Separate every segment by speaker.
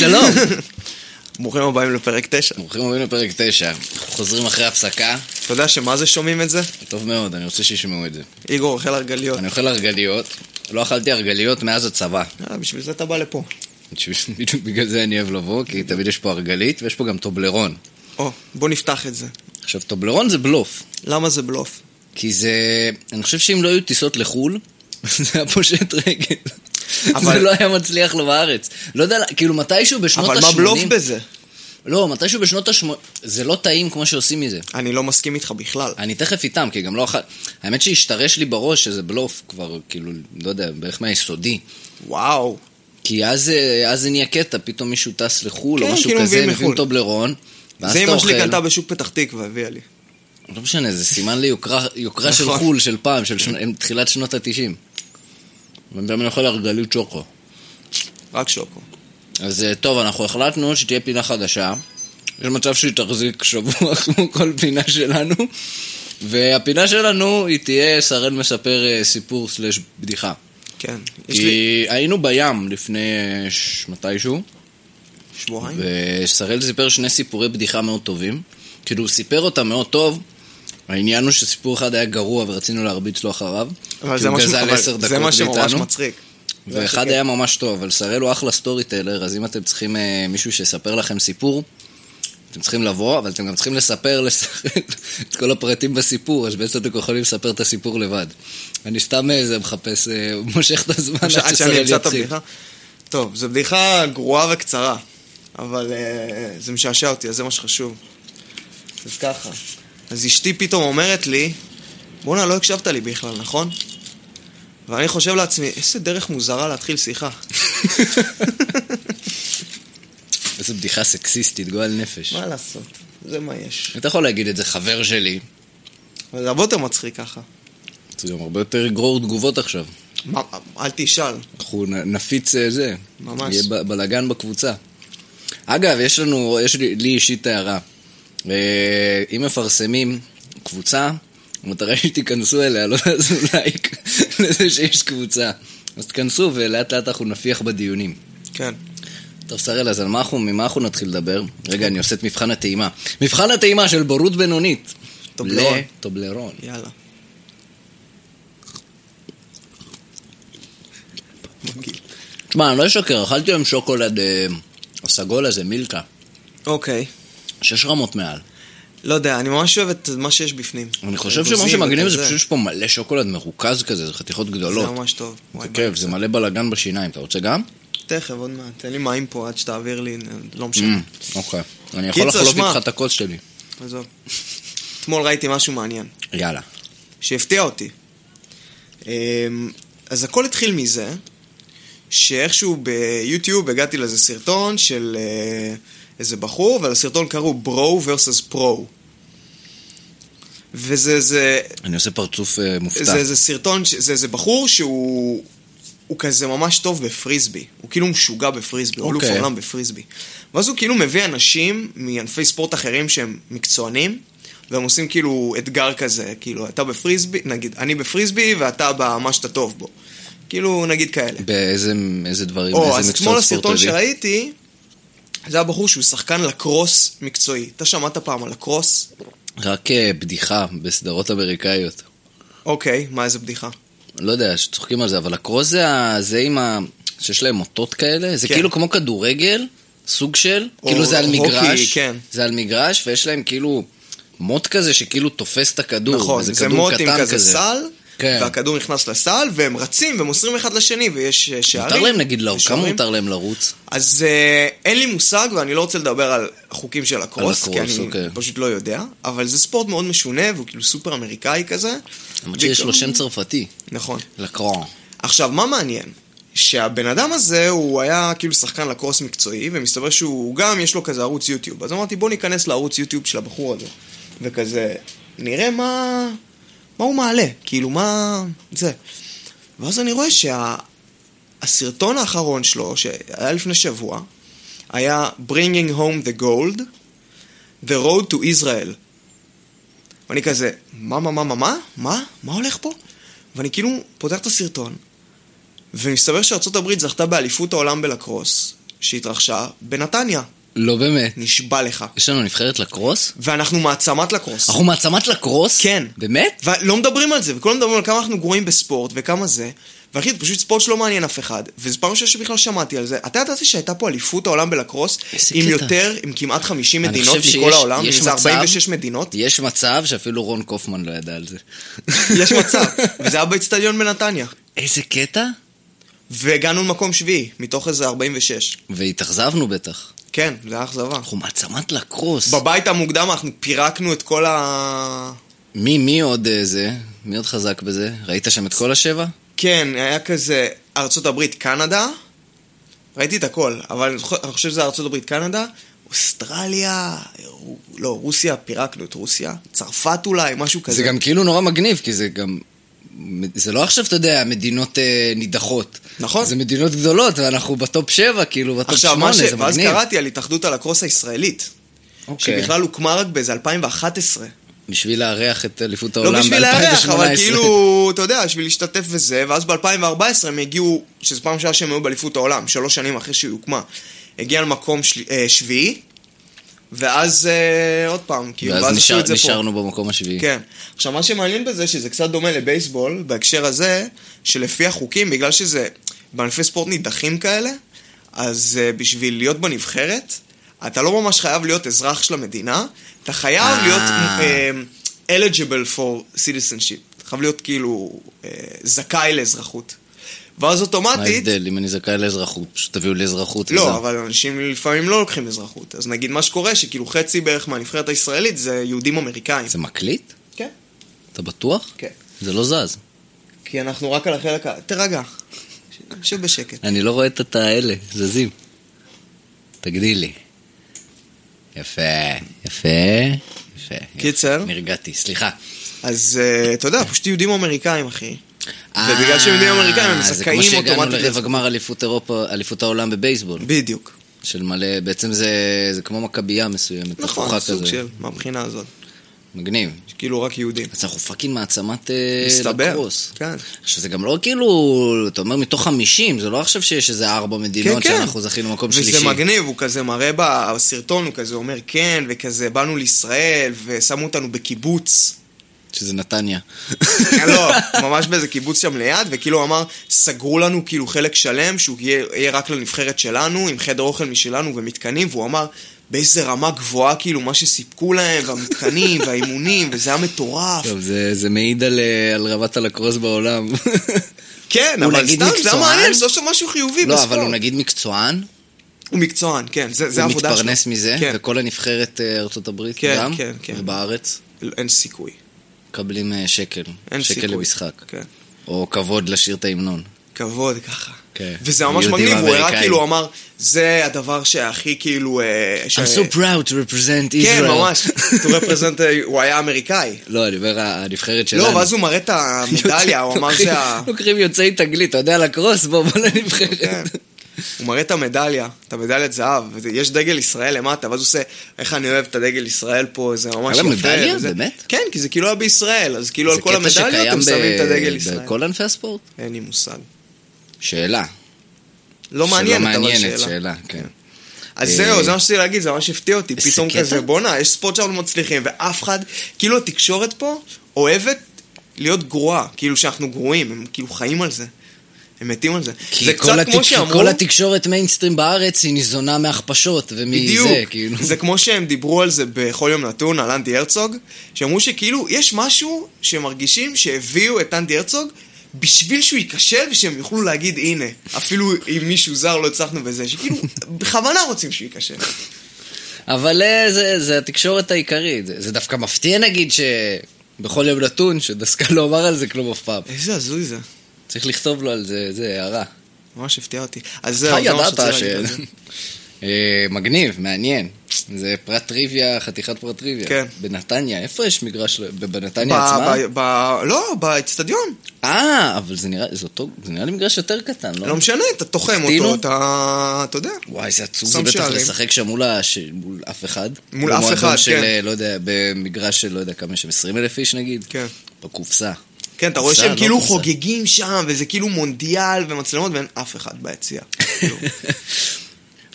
Speaker 1: שלום.
Speaker 2: ברוכים הבאים לפרק 9.
Speaker 1: ברוכים הבאים לפרק 9. אנחנו חוזרים אחרי הפסקה.
Speaker 2: אתה יודע שמה זה שומעים את זה?
Speaker 1: טוב מאוד, אני רוצה שישמעו את זה.
Speaker 2: איגור אוכל הרגליות.
Speaker 1: אני אוכל הרגליות. לא אכלתי הרגליות מאז הצבא.
Speaker 2: אה, בשביל זה אתה בא לפה.
Speaker 1: בשביל- בדיוק בגלל זה אני אוהב לבוא, כי תמיד יש פה הרגלית ויש פה גם טובלרון.
Speaker 2: או, בוא נפתח את זה.
Speaker 1: עכשיו, טובלרון זה בלוף.
Speaker 2: למה זה בלוף?
Speaker 1: כי זה... אני חושב שאם לא היו טיסות לחו"ל, זה היה פושט רגל.
Speaker 2: אבל-
Speaker 1: זה לא היה מצליח לו בארץ. לא יודע, כאילו מתישהו בשנות ה-80...
Speaker 2: אבל מה בלוף בזה?
Speaker 1: לא, מתישהו בשנות ה-80... זה לא טעים כמו שעושים מזה.
Speaker 2: אני לא מסכים איתך בכלל.
Speaker 1: אני תכף איתם, כי גם לא אחת... האמת שהשתרש לי בראש שזה בלוף כבר, כאילו, לא יודע, בערך מהיסודי.
Speaker 2: וואו.
Speaker 1: כי אז, אה, אז זה נהיה קטע, פתאום מישהו טס לחו"ל
Speaker 2: כן,
Speaker 1: או משהו
Speaker 2: כאילו
Speaker 1: כזה,
Speaker 2: מביאים
Speaker 1: מביאים
Speaker 2: מחו"ל.
Speaker 1: טובלרון, ואז
Speaker 2: זה
Speaker 1: אתה
Speaker 2: אמא שלי
Speaker 1: אוכל.
Speaker 2: קנתה בשוק פתח תקווה, הביאה לי.
Speaker 1: לא משנה, זה סימן ליוקרה יוקרה של
Speaker 2: נכון.
Speaker 1: חו"ל, של פעם, של שנ- תחילת שנות התשעים. בן אדם יכול הרגליות שוקו.
Speaker 2: רק שוקו.
Speaker 1: אז אה, טוב, אנחנו החלטנו שתהיה פינה חדשה. יש מצב שהיא תחזיק שבוע כמו כל פינה שלנו. והפינה שלנו היא תהיה שראל מספר אה, סיפור סלש בדיחה.
Speaker 2: כן. יש לי
Speaker 1: כי היינו בים לפני אה, ש- מתישהו,
Speaker 2: שבועיים.
Speaker 1: ושראל סיפר שני סיפורי בדיחה מאוד טובים. כאילו, הוא סיפר אותם מאוד טוב. העניין הוא שסיפור אחד היה גרוע ורצינו להרביץ לו אחריו.
Speaker 2: אבל
Speaker 1: כי
Speaker 2: זה
Speaker 1: הוא
Speaker 2: מה ש-
Speaker 1: גזל
Speaker 2: אבל
Speaker 1: עשר
Speaker 2: זה מה
Speaker 1: דקות
Speaker 2: שממש
Speaker 1: מאיתנו.
Speaker 2: מצחיק. זה
Speaker 1: ואחד
Speaker 2: הכי
Speaker 1: היה ממש טוב, אבל שראל הוא אחלה סטורי טיילר, אז אם אתם צריכים אה, מישהו שיספר לכם סיפור, אתם צריכים לבוא, אבל אתם גם צריכים לספר לשראל את כל הפרטים בסיפור, אז בעצם אתם יכולים לספר את הסיפור לבד. אני סתם איזה מחפש, אה, מושך את הזמן
Speaker 2: כיף. עד שאני
Speaker 1: ששראל
Speaker 2: אמצא את
Speaker 1: יתחיל.
Speaker 2: הבדיחה. טוב, זו בדיחה גרועה וקצרה. אבל אה, זה משעשע אותי, אז זה מה שחשוב. אז ככה. אז אשתי פתאום אומרת לי, בואנה, לא הקשבת לי בכלל, נכון? ואני חושב לעצמי, איזה דרך מוזרה להתחיל שיחה.
Speaker 1: איזו בדיחה סקסיסטית, גועל נפש.
Speaker 2: מה לעשות? זה מה יש.
Speaker 1: אתה יכול להגיד את זה, חבר שלי.
Speaker 2: אבל זה הרבה יותר מצחיק ככה.
Speaker 1: זה גם הרבה יותר יגרור תגובות עכשיו.
Speaker 2: מה, אל תשאל.
Speaker 1: אנחנו נ- נפיץ אה, זה.
Speaker 2: ממש.
Speaker 1: יהיה ב- בלאגן בקבוצה. אגב, יש לנו, יש לי, לי אישית הערה. אה, אם מפרסמים קבוצה, המטרה היא שתיכנסו אליה, לא תעשו לייק לזה שיש קבוצה. אז תיכנסו ולאט לאט אנחנו נפיח בדיונים.
Speaker 2: כן.
Speaker 1: טוב, שראל, אז על מה אנחנו, ממה אנחנו נתחיל לדבר? רגע, אני עושה את מבחן הטעימה. מבחן הטעימה של בורות בינונית.
Speaker 2: טובלרון.
Speaker 1: ל- טובלרון.
Speaker 2: לא. יאללה.
Speaker 1: תשמע, אני לא אשקר, אכלתי היום שוקולד אה, הסגול הזה, מילקה.
Speaker 2: אוקיי.
Speaker 1: שש רמות מעל.
Speaker 2: לא יודע, אני ממש אוהב את מה שיש בפנים.
Speaker 1: אני חושב שמה
Speaker 2: אגוזים
Speaker 1: שמגניב זה
Speaker 2: וכזה.
Speaker 1: פשוט שיש פה מלא שוקולד מרוכז כזה, זה חתיכות
Speaker 2: זה
Speaker 1: גדולות.
Speaker 2: ממש טוב. וואי,
Speaker 1: לא. זה כיף, זה מלא בלאגן בשיניים, אתה רוצה גם?
Speaker 2: תכף, עוד מעט. תן לי מים פה עד שתעביר לי, לא משנה.
Speaker 1: אוקיי. אני יכול
Speaker 2: קיצר,
Speaker 1: לחלוק
Speaker 2: שמע.
Speaker 1: איתך את הכוס שלי.
Speaker 2: עזוב. אתמול ראיתי משהו מעניין,
Speaker 1: יאללה.
Speaker 2: שהפתיע אותי. אמ, אז הכל התחיל מזה, שאיכשהו ביוטיוב הגעתי לאיזה סרטון של אה, איזה בחור, ולסרטון קראו ברו versus פרו. וזה זה,
Speaker 1: אני עושה פרצוף אה, מופתע.
Speaker 2: זה איזה סרטון, ש- זה איזה בחור שהוא הוא כזה ממש טוב בפריסבי. הוא כאילו משוגע בפריסבי, הוא אלוף
Speaker 1: אוקיי.
Speaker 2: העולם בפריסבי. ואז הוא כאילו מביא אנשים מענפי ספורט אחרים שהם מקצוענים, והם עושים כאילו אתגר כזה, כאילו אתה בפריסבי, נגיד, אני בפריסבי ואתה במה שאתה טוב בו. כאילו, נגיד כאלה.
Speaker 1: באיזה איזה דברים,
Speaker 2: או,
Speaker 1: איזה
Speaker 2: אז אתמול
Speaker 1: מקצוע
Speaker 2: הסרטון
Speaker 1: ספורטיבי.
Speaker 2: שראיתי, זה היה בחור שהוא שחקן לקרוס מקצועי. אתה שמעת פעם על לקרוס?
Speaker 1: רק אה, בדיחה בסדרות אמריקאיות.
Speaker 2: אוקיי, מה איזה בדיחה.
Speaker 1: לא יודע, שצוחקים על זה, אבל הקרוס זה ה- זה עם ה... שיש להם מוטות כאלה, זה
Speaker 2: כן.
Speaker 1: כאילו כמו כדורגל, סוג של,
Speaker 2: או
Speaker 1: כאילו זה על
Speaker 2: הוקי,
Speaker 1: מגרש,
Speaker 2: כן.
Speaker 1: זה על מגרש, ויש להם כאילו מוט כזה שכאילו תופס את הכדור,
Speaker 2: נכון,
Speaker 1: וזה
Speaker 2: זה
Speaker 1: כדור
Speaker 2: מוט עם
Speaker 1: קטן
Speaker 2: כזה סל,
Speaker 1: כן.
Speaker 2: והכדור נכנס לסל, והם רצים ומוסרים אחד לשני, ויש אה, שערים.
Speaker 1: מותר להם נגיד לרוץ, כמה
Speaker 2: ושומרים.
Speaker 1: מותר להם לרוץ?
Speaker 2: אז אה, אין לי מושג, ואני לא רוצה לדבר על החוקים של הקרוס,
Speaker 1: על
Speaker 2: כי
Speaker 1: הקרוס,
Speaker 2: אני
Speaker 1: אוקיי.
Speaker 2: פשוט לא יודע, אבל זה ספורט מאוד משונה, והוא כאילו סופר אמריקאי כזה.
Speaker 1: למרות שיש לו שם צרפתי,
Speaker 2: נכון.
Speaker 1: לקרון.
Speaker 2: עכשיו, מה מעניין? שהבן אדם הזה, הוא היה כאילו שחקן לקרוס מקצועי, ומסתבר שהוא גם, יש לו כזה ערוץ יוטיוב. אז אמרתי, בוא ניכנס לערוץ יוטיוב של הבחור הזה. וכזה, נראה מה... מה הוא מעלה, כאילו, מה... זה. ואז אני רואה שה... הסרטון האחרון שלו, שהיה לפני שבוע, היה Bringing Home the Gold, The Road to Israel. ואני כזה, מה, מה, מה, מה, מה? מה? מה הולך פה? ואני כאילו פותח את הסרטון, ומסתבר שארצות הברית זכתה באליפות העולם בלקרוס, שהתרחשה בנתניה.
Speaker 1: לא באמת.
Speaker 2: נשבע לך.
Speaker 1: יש לנו נבחרת לקרוס?
Speaker 2: ואנחנו מעצמת לקרוס.
Speaker 1: אנחנו מעצמת לקרוס?
Speaker 2: כן.
Speaker 1: באמת?
Speaker 2: ולא מדברים על זה, וכולם מדברים על כמה אנחנו גרועים בספורט וכמה זה. ואחי, זה פשוט ספורט שלא מעניין אף אחד, וזו פעם ראשונה שבכלל שמעתי על זה. אתה ידעת שהייתה פה אליפות העולם בלקרוס,
Speaker 1: איזה
Speaker 2: עם
Speaker 1: קטע.
Speaker 2: יותר, עם כמעט 50
Speaker 1: אני
Speaker 2: מדינות
Speaker 1: חושב
Speaker 2: מכל
Speaker 1: שיש-
Speaker 2: העולם,
Speaker 1: יש
Speaker 2: עם איזה
Speaker 1: מצב-
Speaker 2: 46 מדינות?
Speaker 1: יש מצב שאפילו רון קופמן לא ידע על זה.
Speaker 2: יש מצב, וזה היה באצטדיון בנתניה.
Speaker 1: איזה קטע?
Speaker 2: והגענו למקום שביעי, מתוך איזה 46.
Speaker 1: והתאכזבנו בטח.
Speaker 2: כן, זה היה אכזבה.
Speaker 1: אנחנו מעצמת לקרוס.
Speaker 2: בבית המוקדם אנחנו פירקנו את כל ה...
Speaker 1: מי, מי עוד אה, זה? מי עוד חזק בזה? ראית שם את כל השבע?
Speaker 2: כן, היה כזה ארצות הברית, קנדה. ראיתי את הכל, אבל אני זוכר- אני חושב שזה ארצות הברית, קנדה. אוסטרליה, רו- לא, רוסיה, פירקנו את רוסיה. צרפת אולי, משהו כזה.
Speaker 1: זה גם כאילו נורא מגניב, כי זה גם... זה לא עכשיו, אתה יודע, מדינות אה, נידחות.
Speaker 2: נכון.
Speaker 1: זה מדינות גדולות, ואנחנו בטופ שבע, כאילו, בטופ
Speaker 2: עכשיו,
Speaker 1: שמונה,
Speaker 2: מה ש...
Speaker 1: זה
Speaker 2: ואז
Speaker 1: מגניב.
Speaker 2: קראתי על התאחדות הלקרוס הישראלית,
Speaker 1: אוקיי.
Speaker 2: שבכלל הוקמה רק באיזה 2011.
Speaker 1: בשביל לארח את אליפות העולם
Speaker 2: לא
Speaker 1: ב-2018.
Speaker 2: בשביל לארח, אבל כאילו, אתה יודע, בשביל להשתתף וזה, ואז ב-2014 הם הגיעו, שזו פעם ראשונה שהם היו באליפות העולם, שלוש שנים אחרי שהיא הוקמה. הגיע למקום של... אה, שביעי, ואז אה, עוד פעם, כאילו,
Speaker 1: ואז
Speaker 2: ואז עשו
Speaker 1: נשאר,
Speaker 2: את זה פה.
Speaker 1: נשארנו במקום השביעי.
Speaker 2: כן. עכשיו, מה שמעניין בזה, שזה קצת דומה לבייסבול, בהקשר הזה, שלפי החוקים, בגלל שזה בענפי ספורט נידחים כאלה, אז אה, בשביל להיות בנבחרת, אתה לא ממש חייב להיות אזרח של המדינה, אתה חייב
Speaker 1: אה.
Speaker 2: להיות אה, eligible for citizenship. אתה חייב להיות כאילו אה, זכאי לאזרחות. ואז
Speaker 1: מה
Speaker 2: אוטומטית...
Speaker 1: ההבדל? אם אני זכאי לאזרחות, פשוט תביאו לי אזרחות. וזהו.
Speaker 2: לא, אבל אנשים לפעמים לא לוקחים אזרחות. אז נגיד מה שקורה, שכאילו חצי בערך מהנבחרת הישראלית זה יהודים אמריקאים.
Speaker 1: זה מקליט?
Speaker 2: כן.
Speaker 1: אתה בטוח?
Speaker 2: כן.
Speaker 1: זה לא זז.
Speaker 2: כי אנחנו רק על החלק ה... תירגע. ש- שב בשקט.
Speaker 1: אני לא רואה את התא האלה, זזים. תגדילי. יפה, יפה, יפה.
Speaker 2: קיצר,
Speaker 1: נרגעתי, סליחה.
Speaker 2: אז אה, אתה יודע, פשוט יהודים אמריקאים, אחי. ובגלל
Speaker 1: אה,
Speaker 2: שהם יהודים אמריקאים, הם זכאים
Speaker 1: זה כמו שהגענו
Speaker 2: אוטומטית
Speaker 1: לרבע גמר אליפות אירופה, אליפות העולם בבייסבול.
Speaker 2: בדיוק.
Speaker 1: של מלא, בעצם זה זה כמו מכבייה מסוימת.
Speaker 2: נכון,
Speaker 1: הפוכה
Speaker 2: סוג
Speaker 1: כזה.
Speaker 2: של, מהבחינה הזאת.
Speaker 1: מגניב.
Speaker 2: כאילו רק יהודים.
Speaker 1: אז אנחנו פאקינג מעצמת אה,
Speaker 2: מסתבר.
Speaker 1: לקרוס.
Speaker 2: כן.
Speaker 1: עכשיו זה גם לא כאילו, אתה אומר מתוך 50, זה לא עכשיו שיש איזה ארבע מדינות כאילו לא, שאנחנו זכינו מקום שלישי.
Speaker 2: כן, וזה מגניב, הוא כזה מראה בסרטון, הוא כזה אומר כן, וכזה באנו לישראל, ושמו אותנו בקיבוץ.
Speaker 1: שזה נתניה.
Speaker 2: לא, ממש באיזה קיבוץ שם ליד, וכאילו הוא אמר, סגרו לנו כאילו חלק שלם, שהוא יהיה, יהיה רק לנבחרת שלנו, עם חדר אוכל משלנו ומתקנים, והוא אמר, באיזה רמה גבוהה כאילו מה שסיפקו להם, והמתקנים, והאימונים, וזה היה מטורף.
Speaker 1: טוב, זה, זה מעיד על, אה, על רמת הלקרוס בעולם.
Speaker 2: כן,
Speaker 1: הוא
Speaker 2: אבל
Speaker 1: נגיד
Speaker 2: סתם, זה היה
Speaker 1: מקצוען?
Speaker 2: מעניין, סוף סוף משהו חיובי
Speaker 1: לא,
Speaker 2: בספורט.
Speaker 1: אבל הוא נגיד מקצוען,
Speaker 2: הוא מקצוען, כן, זה, זה
Speaker 1: הוא
Speaker 2: העבודה שלו.
Speaker 1: מתפרנס מזה,
Speaker 2: כן,
Speaker 1: וכל הנבחרת אה, ארצות הברית
Speaker 2: כן,
Speaker 1: גם,
Speaker 2: כן, כן.
Speaker 1: ובארץ,
Speaker 2: לא, אין סיכוי.
Speaker 1: מקבלים אה, שקל,
Speaker 2: אין
Speaker 1: שקל
Speaker 2: סיכוי.
Speaker 1: למשחק,
Speaker 2: כן.
Speaker 1: או כבוד לשיר את ההמנון.
Speaker 2: כבוד ככה.
Speaker 1: כן.
Speaker 2: וזה ממש
Speaker 1: יהודים
Speaker 2: מגניב, הוא הראה
Speaker 1: אמריקאים.
Speaker 2: כאילו, הוא אמר, זה הדבר שהכי כאילו... אה, ש-
Speaker 1: I'm so proud to represent Israel.
Speaker 2: כן, ממש. To represent, אה, הוא היה אמריקאי.
Speaker 1: לא, אני אומר, הנבחרת שלנו.
Speaker 2: לא, ואז הוא מראה את המדליה, הוא אמר
Speaker 1: לוקחים-
Speaker 2: זה ה...
Speaker 1: לוקחים יוצאי תגלית, אתה יודע, לקרוס, בוא, בוא
Speaker 2: כן.
Speaker 1: לנבחרת.
Speaker 2: הוא מראה את המדליה, את המדליית זהב, ויש דגל ישראל למטה, ואז הוא עושה, איך אני אוהב את הדגל ישראל פה, זה ממש
Speaker 1: על
Speaker 2: יפה.
Speaker 1: המדליה?
Speaker 2: וזה-
Speaker 1: באמת?
Speaker 2: כן, כי זה כאילו היה בישראל, אז כאילו על כל המדליות הם שמים את הדגל
Speaker 1: זה קטע
Speaker 2: ישראל.
Speaker 1: שקיים ב- בכל ענפי הספורט?
Speaker 2: אין לי מושג.
Speaker 1: שאלה.
Speaker 2: לא
Speaker 1: שלא
Speaker 2: מעניינת, אבל
Speaker 1: מעניינת,
Speaker 2: שאלה.
Speaker 1: שאלה, כן.
Speaker 2: אז
Speaker 1: אה,
Speaker 2: זהו, זה מה שרציתי להגיד, זה ממש הפתיע אותי.
Speaker 1: איזה
Speaker 2: פתאום
Speaker 1: קטע.
Speaker 2: כזה, בואנה, יש ספורט שאנחנו מצליחים, ואף אחד, כאילו התקשורת פה אוהבת להיות גרועה, כאילו שאנחנו גרועים, הם כאילו חיים על זה. הם מתים על זה. זה
Speaker 1: כי
Speaker 2: קצת
Speaker 1: כל,
Speaker 2: כמו
Speaker 1: התק...
Speaker 2: שאמרו...
Speaker 1: כל התקשורת מיינסטרים בארץ היא ניזונה מהכפשות
Speaker 2: בדיוק.
Speaker 1: ומזה, כאילו.
Speaker 2: זה כמו שהם דיברו על זה בכל יום נתון, על אנדי הרצוג, שאמרו שכאילו יש משהו שמרגישים שהביאו את אנדי הרצוג בשביל שהוא ייכשל ושהם יוכלו להגיד הנה, אפילו אם מישהו זר לא הצלחנו בזה, שכאילו בכוונה רוצים שהוא ייכשל.
Speaker 1: אבל אה, זה, זה התקשורת העיקרית. זה, זה דווקא מפתיע נגיד שבכל יום נתון, שדסקל לא אמר על זה כלום אף פעם.
Speaker 2: איזה הזוי זה,
Speaker 1: צריך לכתוב לו על זה, זה הערה.
Speaker 2: ממש הפתיע אותי. אז
Speaker 1: אתה
Speaker 2: זהו, זה מה
Speaker 1: ידעת
Speaker 2: שרציתי
Speaker 1: ש...
Speaker 2: להגיד על זה.
Speaker 1: אה, מגניב, מעניין. זה פרט טריוויה, חתיכת פרט טריוויה.
Speaker 2: כן.
Speaker 1: בנתניה, איפה יש מגרש? ל-
Speaker 2: ב-
Speaker 1: בנתניה עצמה?
Speaker 2: ב- ב- לא, באצטדיון.
Speaker 1: אה, אבל זה נראה, זה אותו, זה נראה לי מגרש יותר קטן, לא?
Speaker 2: לא משנה, אתה תוחם
Speaker 1: הקטינו?
Speaker 2: אותו, אתה... אתה יודע.
Speaker 1: וואי, זה עצוב,
Speaker 2: שם
Speaker 1: זה בטח
Speaker 2: שערים.
Speaker 1: לשחק שם מול, הש... מול אף אחד.
Speaker 2: מול אף
Speaker 1: במועדון
Speaker 2: אחד,
Speaker 1: של,
Speaker 2: כן.
Speaker 1: אה, לא יודע, במגרש של, לא יודע, כמה יש שם, 20 אלף איש נגיד?
Speaker 2: כן.
Speaker 1: בקופסה.
Speaker 2: כן, אתה רואה
Speaker 1: קופסה,
Speaker 2: שהם
Speaker 1: לא
Speaker 2: כאילו
Speaker 1: קופסה.
Speaker 2: חוגגים שם, וזה כאילו מונדיאל ומצלמות, ואין אף אחד ביציע. כאילו,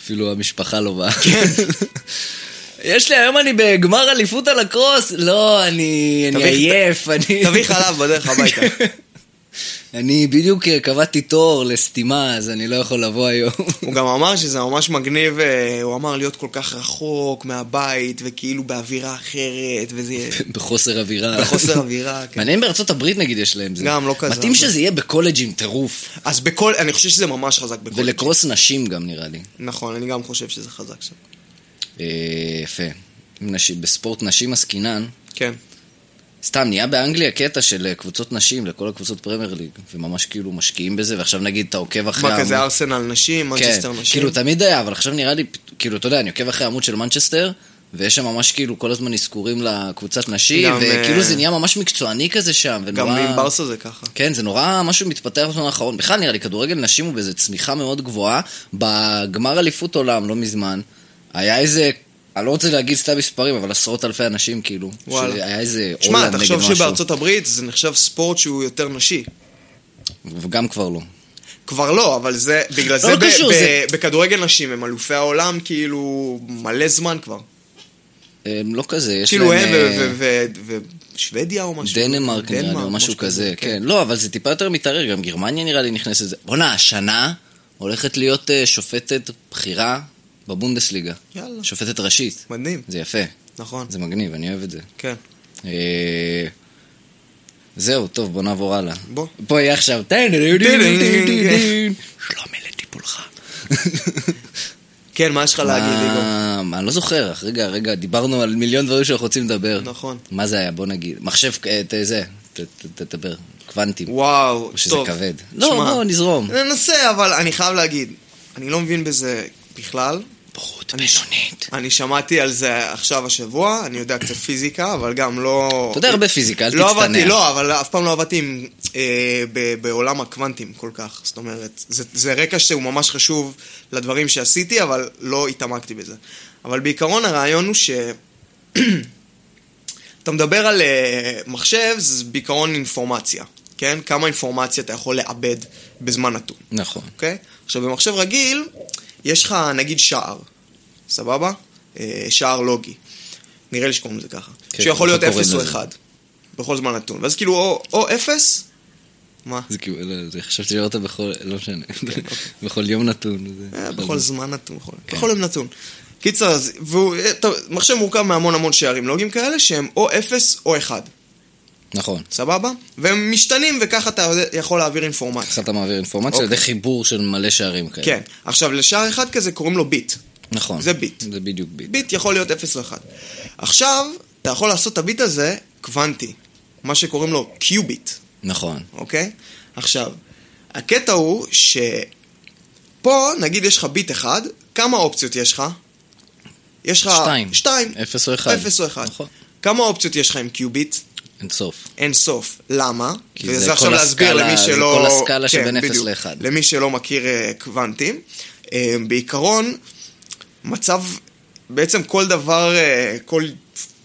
Speaker 1: אפילו המשפחה לא באה.
Speaker 2: כן.
Speaker 1: יש לי, היום אני בגמר אליפות על הקרוס? לא, אני אני
Speaker 2: תביא-
Speaker 1: עייף, אני...
Speaker 2: תביא חלב בדרך הביתה.
Speaker 1: אני בדיוק אה, קבעתי תור לסתימה, אז אני לא יכול לבוא היום.
Speaker 2: הוא גם אמר שזה ממש מגניב, אה, הוא אמר להיות כל כך רחוק מהבית, וכאילו באווירה אחרת, וזה...
Speaker 1: בחוסר אווירה.
Speaker 2: בחוסר אווירה, כן.
Speaker 1: מעניין בארצות הברית נגיד יש להם זה.
Speaker 2: גם, לא כזה
Speaker 1: מתאים
Speaker 2: הרבה.
Speaker 1: שזה יהיה בקולג'ים טירוף.
Speaker 2: אז בכל, אני חושב שזה ממש חזק בכל...
Speaker 1: ולקרוס נשים גם נראה לי.
Speaker 2: נכון, אני גם חושב שזה חזק שם.
Speaker 1: אה, יפה. אם נשי- בספורט נשים עסקינן,
Speaker 2: כן.
Speaker 1: סתם, נהיה באנגליה קטע של אה, קבוצות נשים לכל הקבוצות פרמייר ליג, וממש כאילו משקיעים בזה, ועכשיו נגיד אתה עוקב אחרי...
Speaker 2: מה כזה
Speaker 1: העמוד-
Speaker 2: ארסנל נשים, מנצ'סטר
Speaker 1: כן,
Speaker 2: נשים?
Speaker 1: כאילו תמיד היה, אבל עכשיו נראה לי, כאילו, אתה יודע, אני עוקב אחרי העמוד של מנצ'סטר, ויש שם ממש כאילו כל הזמן אזכורים לקבוצת נשים,
Speaker 2: גם,
Speaker 1: וכאילו
Speaker 2: אה,
Speaker 1: זה נהיה ממש מקצועני כזה שם,
Speaker 2: גם
Speaker 1: ונורא...
Speaker 2: עם ברסה זה ככה.
Speaker 1: כן, זה נורא משהו מתפתח בזמן האחרון. בכלל נראה לי, כדורגל נשים הוא באיזה צמיחה מאוד גבוהה. בגמר אליפות עולם, לא מזמן, היה איזה, אני לא רוצה להגיד סתם מספרים, אבל עשרות אלפי אנשים, כאילו.
Speaker 2: וואלה.
Speaker 1: היה איזה
Speaker 2: שמע,
Speaker 1: הולנד נגד משהו.
Speaker 2: תחשוב שבארצות הברית זה נחשב ספורט שהוא יותר נשי.
Speaker 1: וגם כבר לא.
Speaker 2: כבר לא, אבל זה, בגלל זה,
Speaker 1: לא
Speaker 2: ב-
Speaker 1: קשור,
Speaker 2: ב-
Speaker 1: זה-
Speaker 2: בכדורגל נשים הם אלופי העולם כאילו מלא זמן כבר.
Speaker 1: הם לא כזה, יש
Speaker 2: כאילו
Speaker 1: להם...
Speaker 2: הם
Speaker 1: אה,
Speaker 2: ו- ו- ו- ושוודיה או משהו.
Speaker 1: דנמרק נראה לי, או משהו כזה, כן. לא, אבל זה טיפה יותר מתערער, גם גרמניה נראה לי נכנסת לזה. בואנה, השנה הולכת להיות אה, שופטת בכירה בבונדסליגה.
Speaker 2: כן. יאללה.
Speaker 1: שופטת ראשית.
Speaker 2: מדהים,
Speaker 1: זה יפה,
Speaker 2: נכון,
Speaker 1: זה מגניב, אני אוהב את זה.
Speaker 2: כן.
Speaker 1: אה, זהו, טוב, בוא נעבור הלאה.
Speaker 2: בוא.
Speaker 1: בוא יהיה עכשיו. שלומי לטיפולך.
Speaker 2: כן, מה יש לך להגיד, ליגו?
Speaker 1: מה, אני לא זוכר, רגע, רגע, דיברנו על מיליון דברים שאנחנו רוצים לדבר.
Speaker 2: נכון.
Speaker 1: מה זה היה? בוא נגיד. מחשב, אה, ת- זה, ת- ת- תדבר. קוונטים.
Speaker 2: וואו,
Speaker 1: או שזה
Speaker 2: טוב.
Speaker 1: כבד. לא,
Speaker 2: שמע,
Speaker 1: בוא, נזרום.
Speaker 2: ננסה, אבל אני חייב להגיד, אני לא מבין בזה בכלל.
Speaker 1: בורות בינונית.
Speaker 2: אני שמעתי על זה עכשיו השבוע, אני יודע קצת פיזיקה, אבל גם לא...
Speaker 1: אתה יודע הרבה פיזיקה, אל
Speaker 2: לא
Speaker 1: תצטנע.
Speaker 2: עבדתי, לא, אבל אף פעם לא עבדתי עם, אה, ב, בעולם הקוונטים כל כך. זאת אומרת, זה, זה רקע שהוא ממש חשוב לדברים שעשיתי, אבל לא התעמקתי בזה. אבל בעיקרון הרעיון הוא ש... אתה מדבר על אה, מחשב, זה בעיקרון אינפורמציה, כן? כמה אינפורמציה אתה יכול לעבד בזמן נתון.
Speaker 1: נכון.
Speaker 2: אוקיי? עכשיו, במחשב רגיל, יש לך נגיד שער, סבבה? אה, שער לוגי. נראה לי שקוראים לזה ככה.
Speaker 1: כן,
Speaker 2: שיכול
Speaker 1: ככה
Speaker 2: להיות 0 או
Speaker 1: קוראים לזה.
Speaker 2: 1, בכל זמן נתון. ואז כאילו, או- או 0, מה?
Speaker 1: זה כאילו, לא, זה- חשבתי שאמרת בכל, לא משנה. בכל יום נתון. זה-
Speaker 2: כן, אוקיי. אה, בכל זמן נתון, בכל-
Speaker 1: כן.
Speaker 2: בכל יום נתון. קיצר, אז- והוא- אה, טוב, מחשב מורכב מהמון המון שערים לוגיים כאלה שהם או 0 או 1,
Speaker 1: נכון.
Speaker 2: סבבה? והם משתנים וככה אתה יכול להעביר אינפורמציה.
Speaker 1: ככה אתה מעביר אינפורמציה על ידי חיבור של מלא שערים כאלה.
Speaker 2: אוקיי. כן. עכשיו, לשער אחד כזה קוראים לו ביט.
Speaker 1: נכון.
Speaker 2: זה ביט.
Speaker 1: זה בדיוק ביט.
Speaker 2: ביט יכול להיות 0 או 1. עכשיו, אתה יכול לעשות את הביט הזה קוונטי, מה שקוראים לו קיוביט,
Speaker 1: נכון.
Speaker 2: אוקיי? עכשיו, הקטע הוא שפה, נגיד יש לך ביט אחד, כמה אופציות יש לך? יש לך...
Speaker 1: שתיים.
Speaker 2: שתיים.
Speaker 1: אפס או אחד.
Speaker 2: אפס או אחד.
Speaker 1: נכון.
Speaker 2: כמה אופציות יש לך עם קיוביט?
Speaker 1: אין סוף.
Speaker 2: אין סוף. למה?
Speaker 1: כי זה
Speaker 2: וזה
Speaker 1: כל
Speaker 2: עכשיו להסביר
Speaker 1: הסקאלה-
Speaker 2: למי
Speaker 1: זה
Speaker 2: שלא... כן,
Speaker 1: כל הסקאלה שבין אפס
Speaker 2: בדיוק.
Speaker 1: לאחד.
Speaker 2: למי שלא מכיר אה, קוונטים. אה, בעיקרון, מצב... בעצם כל דבר, אה, כל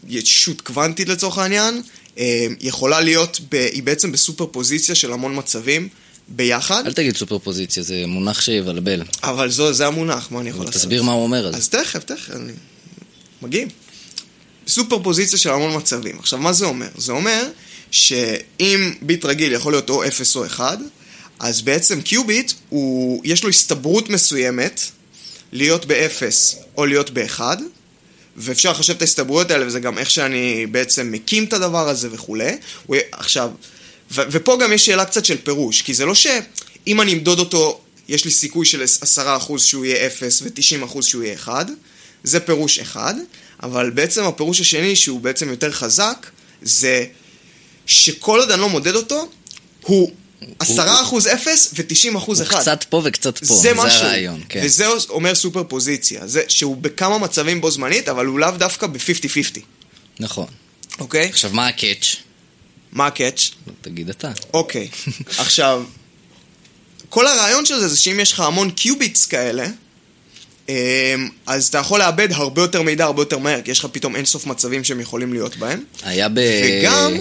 Speaker 2: ישות קוונטית לצורך העניין, אה, יכולה להיות, ב... היא בעצם בסופר פוזיציה של המון מצבים ביחד,
Speaker 1: אל תגיד סופרפוזיציה, זה מונח שיבלבל.
Speaker 2: אבל זו, זה המונח, מה אני יכול
Speaker 1: אבל
Speaker 2: לעשות?
Speaker 1: תסביר מה הוא אומר על זה.
Speaker 2: אז תכף, תכף, אני... מגיעים. סופר פוזיציה של המון מצבים. עכשיו, מה זה אומר? זה אומר שאם ביט רגיל יכול להיות או 0 או 1, אז בעצם קיוביט, הוא... יש לו הסתברות מסוימת להיות ב-0 או להיות ב-1, ואפשר לחשב את ההסתברויות האלה, וזה גם איך שאני בעצם מקים את הדבר הזה וכולי. הוא... עכשיו, ו- ופה גם יש שאלה קצת של פירוש, כי זה לא שאם אני אמדוד אותו, יש לי סיכוי של 10% שהוא יהיה 0 ו-90% שהוא יהיה 1, זה פירוש אחד, אבל בעצם הפירוש השני, שהוא בעצם יותר חזק, זה שכל עוד אני לא מודד אותו, הוא 10% 0 ו-90% 1.
Speaker 1: קצת פה וקצת פה.
Speaker 2: זה משהו.
Speaker 1: הרעיון, כן.
Speaker 2: וזה אומר סופר פוזיציה, זה שהוא בכמה מצבים בו זמנית, אבל הוא לאו דווקא ב-50-50,
Speaker 1: נכון.
Speaker 2: אוקיי?
Speaker 1: עכשיו, מה הקאץ'?
Speaker 2: מה הקאץ'?
Speaker 1: לא, תגיד אתה.
Speaker 2: אוקיי. עכשיו, כל הרעיון של זה זה שאם יש לך המון קיוביטס כאלה, אמ, אז אתה יכול לאבד הרבה יותר מידע הרבה יותר מהר, כי יש לך פתאום אינסוף מצבים שהם יכולים להיות בהם.
Speaker 1: היה ב...
Speaker 2: וגם-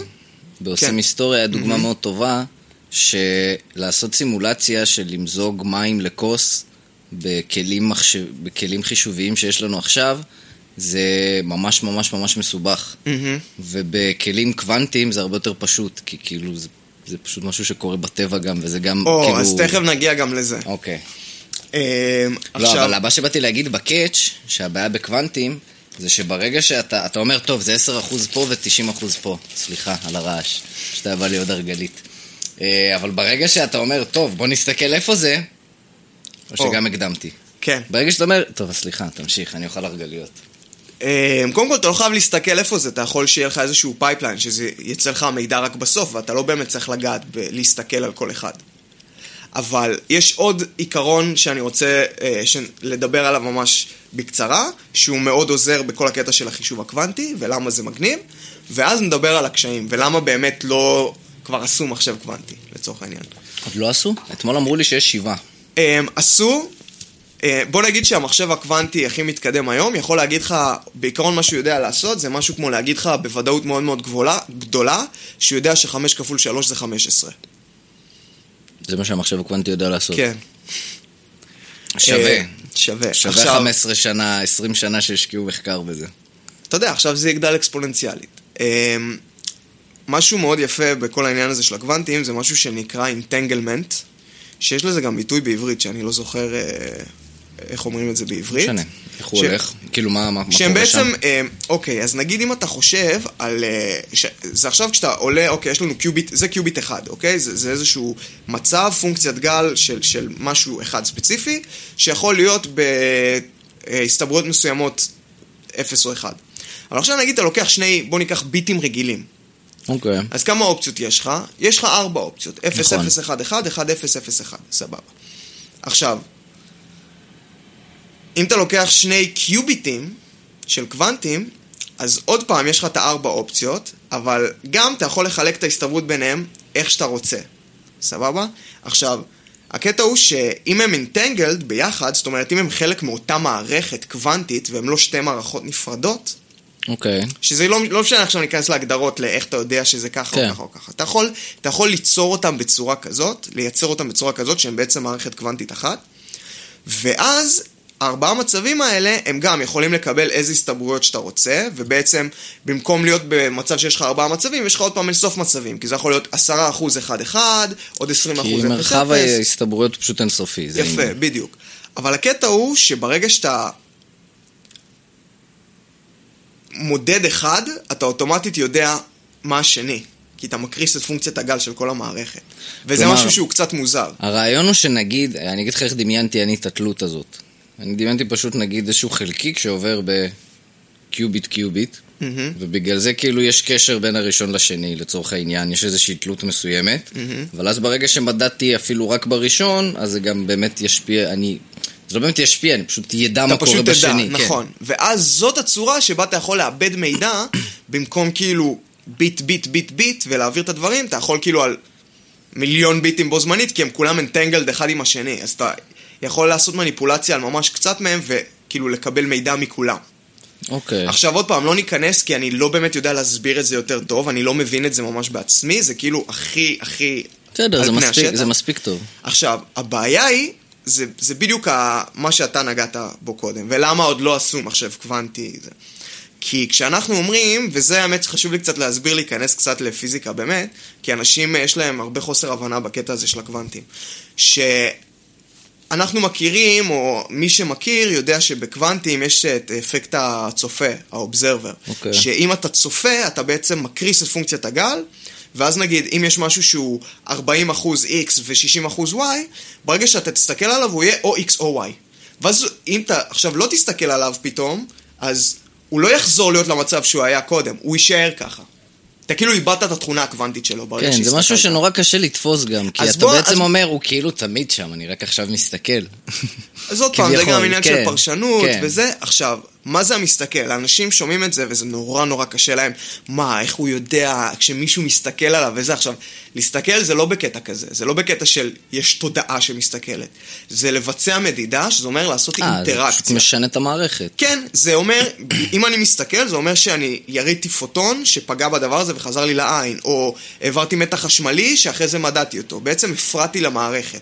Speaker 1: בעושים
Speaker 2: כן.
Speaker 1: היסטוריה היה דוגמה מאוד טובה, שלעשות סימולציה של למזוג מים לכוס, בכלים, מחשב, בכלים חישוביים שיש לנו עכשיו, זה ממש ממש ממש מסובך.
Speaker 2: מהמם.
Speaker 1: ובכלים קוונטיים זה הרבה יותר פשוט, כי כאילו זה, זה פשוט משהו שקורה בטבע גם, וזה גם כאילו...
Speaker 2: או, אז תכף נגיע גם לזה.
Speaker 1: אוקיי.
Speaker 2: אה,
Speaker 1: לא, אבל
Speaker 2: עכשיו,
Speaker 1: הבא שבאתי להגיד בקאץ', שהבעיה בקוונטים, זה שברגע שאתה אתה אומר, טוב, זה 10% פה ו-90% פה. סליחה על הרעש, פשוט היה בא לי עוד הרגלית. אה, אבל ברגע שאתה אומר, טוב, בוא נסתכל איפה זה, או
Speaker 2: או.
Speaker 1: שגם הקדמתי.
Speaker 2: כן.
Speaker 1: ברגע שאתה אומר, טוב, אז סליחה, תמשיך, אני אוכל הרגליות.
Speaker 2: אה, קודם כל, אתה לא חייב להסתכל איפה זה, אתה יכול שיהיה לך איזשהו פייפליין, שזה יצא לך המידע רק בסוף, ואתה לא באמת צריך לגעת, ב- להסתכל על כל אחד. אבל יש עוד עיקרון שאני רוצה אה, שנ- לדבר עליו ממש בקצרה, שהוא מאוד עוזר בכל הקטע של החישוב הקוונטי, ולמה זה מגניב, ואז נדבר על הקשיים, ולמה באמת לא כבר עשו מחשב קוונטי, לצורך העניין.
Speaker 1: עוד לא עשו? אתמול אמרו לי שיש שבעה.
Speaker 2: הם אמ, עשו, אה, בוא נגיד שהמחשב הקוונטי הכי מתקדם היום, יכול להגיד לך, בעיקרון מה שהוא יודע לעשות, זה משהו כמו להגיד לך בוודאות מאוד מאוד גבולה, גדולה, שהוא יודע ש-5 כפול 3 זה 15.
Speaker 1: זה מה שהמחשב הקוונטי יודע לעשות.
Speaker 2: כן.
Speaker 1: שווה.
Speaker 2: אה, שווה.
Speaker 1: שווה
Speaker 2: עכשיו,
Speaker 1: 15 שנה, 20 שנה שהשקיעו מחקר בזה.
Speaker 2: אתה יודע, עכשיו זה יגדל אקספוננציאלית. אה, משהו מאוד יפה בכל העניין הזה של הקוונטים, זה משהו שנקרא אינטנגלמנט, שיש לזה גם ביטוי בעברית, שאני לא זוכר אה, איך אומרים את זה
Speaker 1: לא
Speaker 2: בעברית.
Speaker 1: משנה. איך הוא
Speaker 2: ש-
Speaker 1: הולך? כאילו, מה מה- מה
Speaker 2: שהם
Speaker 1: קורה שם?
Speaker 2: בעצם, אה, אוקיי, אז נגיד אם אתה חושב על... אה, ש... זה עכשיו כשאתה עולה, אוקיי, יש לנו קיוביט, זה קיוביט אחד, אוקיי? זה, זה איזשהו מצב, פונקציית גל של, של משהו אחד ספציפי, שיכול להיות בהסתברויות מסוימות 0 או 1. אבל עכשיו נגיד אתה לוקח שני, בוא ניקח ביטים רגילים.
Speaker 1: אוקיי.
Speaker 2: אז כמה אופציות יש לך? יש לך ארבע אופציות. 0,
Speaker 1: נכון.
Speaker 2: 0, 1, 1, 1, 0, 0, 1. סבבה. עכשיו, אם אתה לוקח שני קיוביטים של קוונטים, אז עוד פעם יש לך את הארבע אופציות, אבל גם אתה יכול לחלק את ההסתברות ביניהם איך שאתה רוצה. סבבה? עכשיו, הקטע הוא שאם הם אינטנגלד ביחד, זאת אומרת אם הם חלק מאותה מערכת קוונטית והם לא שתי מערכות נפרדות,
Speaker 1: אוקיי.
Speaker 2: שזה לא, לא משנה עכשיו ניכנס להגדרות לאיך אתה יודע שזה ככה
Speaker 1: כן.
Speaker 2: או ככה או ככה. אתה יכול, אתה יכול ליצור אותם בצורה כזאת, לייצר אותם בצורה כזאת שהם בעצם מערכת קוונטית אחת, ואז ארבעה מצבים האלה הם גם יכולים לקבל איזה הסתברויות שאתה רוצה, ובעצם במקום להיות במצב שיש לך ארבעה מצבים, יש לך עוד פעם אינסוף מצבים, כי זה יכול להיות עשרה אחוז אחד אחד, עוד עשרים אחוז
Speaker 1: כי
Speaker 2: אפס
Speaker 1: מרחב אה,
Speaker 2: אפס.
Speaker 1: ההסתברויות הוא פשוט אינסופי. זה
Speaker 2: יפה,
Speaker 1: עניין.
Speaker 2: בדיוק. אבל הקטע הוא שברגע שאתה מודד אחד, אתה אוטומטית יודע מה השני. כי אתה מקריס את פונקציית הגל של כל המערכת. וזה
Speaker 1: כלומר-
Speaker 2: משהו שהוא קצת מוזר.
Speaker 1: הרעיון הוא שנגיד, אני אגיד לך איך דמיינתי אני את התלות הזאת. אני דמיינתי פשוט נגיד איזשהו חלקיק שעובר בקיוביט קיוביט,
Speaker 2: מהמם.
Speaker 1: ובגלל זה כאילו יש קשר בין הראשון לשני לצורך העניין, יש איזושהי תלות מסוימת, אבל אז ברגע שמדדתי אפילו רק בראשון, אז זה גם באמת ישפיע, אני... זה לא באמת ישפיע, אני פשוט ידע מה
Speaker 2: אתה
Speaker 1: קורה
Speaker 2: פשוט
Speaker 1: בשני.
Speaker 2: תדע,
Speaker 1: כן.
Speaker 2: נכון. ואז זאת הצורה שבה אתה יכול לאבד מידע, במקום כאילו ביט, ביט, ביט, ביט, ולהעביר את הדברים, אתה יכול כאילו על מיליון ביטים בו זמנית, כי הם כולם אנטנגלד אחד עם השני. אז אתה יכול לעשות מניפולציה על ממש קצת מהם, וכאילו לקבל מידע מכולם.
Speaker 1: אוקיי.
Speaker 2: עכשיו עוד פעם, לא ניכנס כי אני לא באמת יודע להסביר את זה יותר טוב, אני לא מבין את זה ממש בעצמי, זה כאילו הכי הכי...
Speaker 1: בסדר,
Speaker 2: על
Speaker 1: זה
Speaker 2: פני
Speaker 1: מספיק-
Speaker 2: השטח.
Speaker 1: זה מספיק טוב.
Speaker 2: עכשיו, הבעיה היא, זה, זה בדיוק ה, מה שאתה נגעת בו קודם, ולמה עוד לא עשו מחשב קוונטי. זה. כי כשאנחנו אומרים, וזה האמת שחשוב לי קצת להסביר, להיכנס קצת לפיזיקה באמת, כי אנשים אה, יש להם הרבה חוסר הבנה בקטע הזה של הקוונטים. שאנחנו מכירים, או מי שמכיר, יודע שבקוונטים יש את אפקט הצופה, האובזרבר.
Speaker 1: אוקיי.
Speaker 2: שאם אתה צופה, אתה בעצם מקריס את פונקציית הגל, ואז נגיד, אם יש משהו שהוא 40% x ו-60% y, ברגע שאתה תסתכל עליו, הוא יהיה או x או y. ואז אם אתה עכשיו לא תסתכל עליו פתאום, אז הוא לא יחזור להיות למצב שהוא היה קודם, הוא יישאר ככה. אתה כאילו איבדת את התכונה הקוונטית שלו ברגע
Speaker 1: כן, זה משהו
Speaker 2: שהסתכלת.
Speaker 1: שנורא קשה לתפוס גם, כי
Speaker 2: אז
Speaker 1: אתה
Speaker 2: בוא- אז-
Speaker 1: בעצם אומר, הוא כאילו תמיד שם, אני רק עכשיו מסתכל. אה,
Speaker 2: אז עוד פעם, זה
Speaker 1: כביכול,
Speaker 2: גם עניין
Speaker 1: כן,
Speaker 2: של פרשנות
Speaker 1: כן.
Speaker 2: וזה. עכשיו, מה זה המסתכל? אנשים שומעים את זה וזה נורא נורא קשה להם. מה, איך הוא יודע, כשמישהו מסתכל עליו וזה. עכשיו, להסתכל זה לא בקטע כזה, זה לא בקטע של יש תודעה שמסתכלת. זה לבצע מדידה, שזה אומר לעשות
Speaker 1: אה, זה פשוט
Speaker 2: אינטראקציה.
Speaker 1: משנה את המערכת.
Speaker 2: כן, זה אומר, אם אני מסתכל, זה אומר שאני יריתי פוטון שפגע בדבר הזה וחזר לי לעין, או העברתי מתח חשמלי שאחרי זה מדדתי אותו. בעצם הפרעתי למערכת.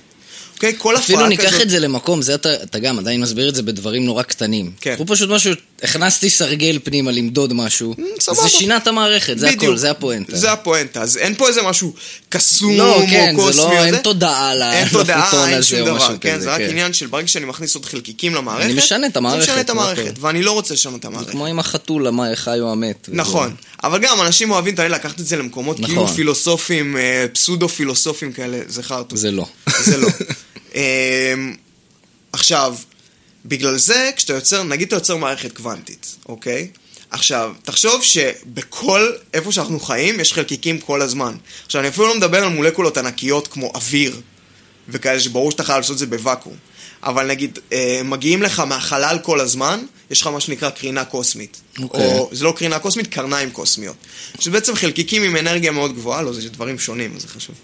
Speaker 2: אוקיי? כל הפרעה כזאת...
Speaker 1: אפילו ניקח את זה למקום, זה אתה, אתה גם עדיין מסביר את זה בדברים נורא קטנים.
Speaker 2: כן.
Speaker 1: הוא פשוט משהו, הכנסתי סרגל פנימה למדוד משהו,
Speaker 2: Mm, סבבה.
Speaker 1: זה שינה את המערכת, זה הכל,
Speaker 2: בדיוק.
Speaker 1: זה הפואנטה.
Speaker 2: זה הפואנטה, אז אין פה איזה משהו קסום
Speaker 1: לא,
Speaker 2: או
Speaker 1: כן,
Speaker 2: קוסמי.
Speaker 1: זה לא,
Speaker 2: או
Speaker 1: אין
Speaker 2: זה.
Speaker 1: תודעה ל-
Speaker 2: אין
Speaker 1: לפוטון
Speaker 2: תודעה, אין
Speaker 1: הזה
Speaker 2: שום
Speaker 1: או משהו
Speaker 2: דבר, כן,
Speaker 1: כזה,
Speaker 2: זה רק
Speaker 1: כן.
Speaker 2: עניין של ברגע שאני מכניס עוד חלקיקים למערכת,
Speaker 1: אני משנה את המערכת,
Speaker 2: אני משנה את
Speaker 1: מה
Speaker 2: המערכת,
Speaker 1: קורה?
Speaker 2: ואני לא רוצה לשנות את המערכת.
Speaker 1: כמו עם החתול, המה חי או המת.
Speaker 2: נכון, אבל גם אנשים אוהבים תמיד לקחת את זה למקומות כאילו
Speaker 1: נכון.
Speaker 2: פילוסופיים, אה, פסודו-פילוסופיים כאלה, זה חרטו.
Speaker 1: זה לא.
Speaker 2: זה לא. אמ, עכשיו, בגלל זה, כשאתה יוצר, נגיד אתה יוצר מערכת קוונטית, אוקיי? עכשיו, תחשוב שבכל איפה שאנחנו חיים יש חלקיקים כל הזמן. עכשיו, אני אפילו לא מדבר על מולקולות ענקיות כמו אוויר, וכאלה שברור שאתה חייב לעשות את זה בוואקום. אבל נגיד, אה, מגיעים לך מהחלל כל הזמן, יש לך מה שנקרא קרינה קוסמית.
Speaker 1: אוקיי.
Speaker 2: או, זה לא קרינה קוסמית, קרניים קוסמיות. שזה בעצם חלקיקים עם אנרגיה מאוד גבוהה, לא, זה דברים שונים, אז זה חשוב.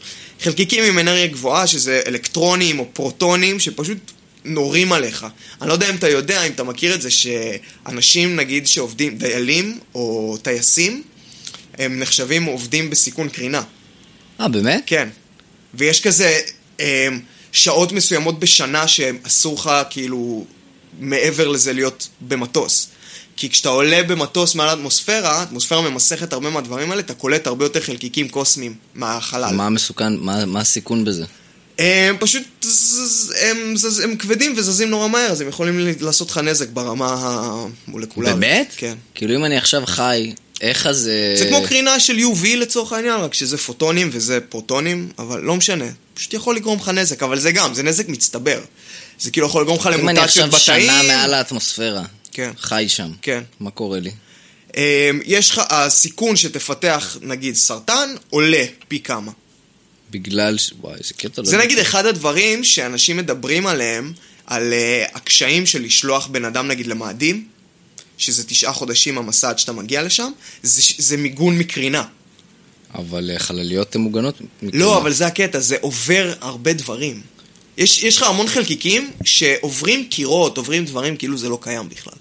Speaker 2: חלקיקים עם אנרגיה גבוהה, שזה אלקטרונים או פרוטונים, שפשוט נורים עליך. אני לא יודע אם אתה יודע, אם אתה מכיר את זה, שאנשים, נגיד, שעובדים, דיילים או טייסים, הם נחשבים עובדים בסיכון קרינה.
Speaker 1: אה, באמת?
Speaker 2: כן. ויש כזה אה, שעות מסוימות בשנה שאסור לך כאילו מעבר לזה להיות במטוס. כי כשאתה עולה במטוס מעל האטמוספירה, האטמוספירה ממסכת הרבה מהדברים האלה, אתה קולט הרבה יותר חלקיקים קוסמיים מהחלל.
Speaker 1: מה המסוכן, מה מה הסיכון בזה?
Speaker 2: הם פשוט, זז- הם, זז- הם כבדים וזזים נורא מהר, אז הם יכולים ל- לעשות לך נזק ברמה המולקולרית.
Speaker 1: באמת?
Speaker 2: כן.
Speaker 1: כאילו אם אני עכשיו חי, איך אז...
Speaker 2: זה
Speaker 1: אה,
Speaker 2: כמו קרינה של UV לצורך העניין, רק שזה פוטונים וזה פרוטונים, אבל לא משנה. פשוט יכול לגרום לך נזק, אבל זה גם, זה נזק מצטבר. זה כאילו יכול לגרום לך
Speaker 1: אם אני
Speaker 2: למוטציות
Speaker 1: עכשיו
Speaker 2: בתאים.
Speaker 1: שנה מעל האטמוספירה,
Speaker 2: כן.
Speaker 1: חי שם,
Speaker 2: כן.
Speaker 1: מה קורה לי?
Speaker 2: אמ, יש לך, הסיכון שתפתח נגיד סרטן עולה פי כמה.
Speaker 1: בגלל ש... וואי, איזה קטע. לא
Speaker 2: זה
Speaker 1: יודע.
Speaker 2: נגיד אחד הדברים שאנשים מדברים עליהם, על אה, הקשיים של לשלוח בן אדם נגיד למאדים, שזה תשעה חודשים המסע עד שאתה מגיע לשם, זה, זה מיגון מקרינה.
Speaker 1: אבל אה, חלליות הן מוגנות? מקרינה.
Speaker 2: לא, אבל זה הקטע, זה עובר הרבה דברים. יש, יש לך המון חלקיקים שעוברים קירות, עוברים דברים, כאילו זה לא קיים בכלל.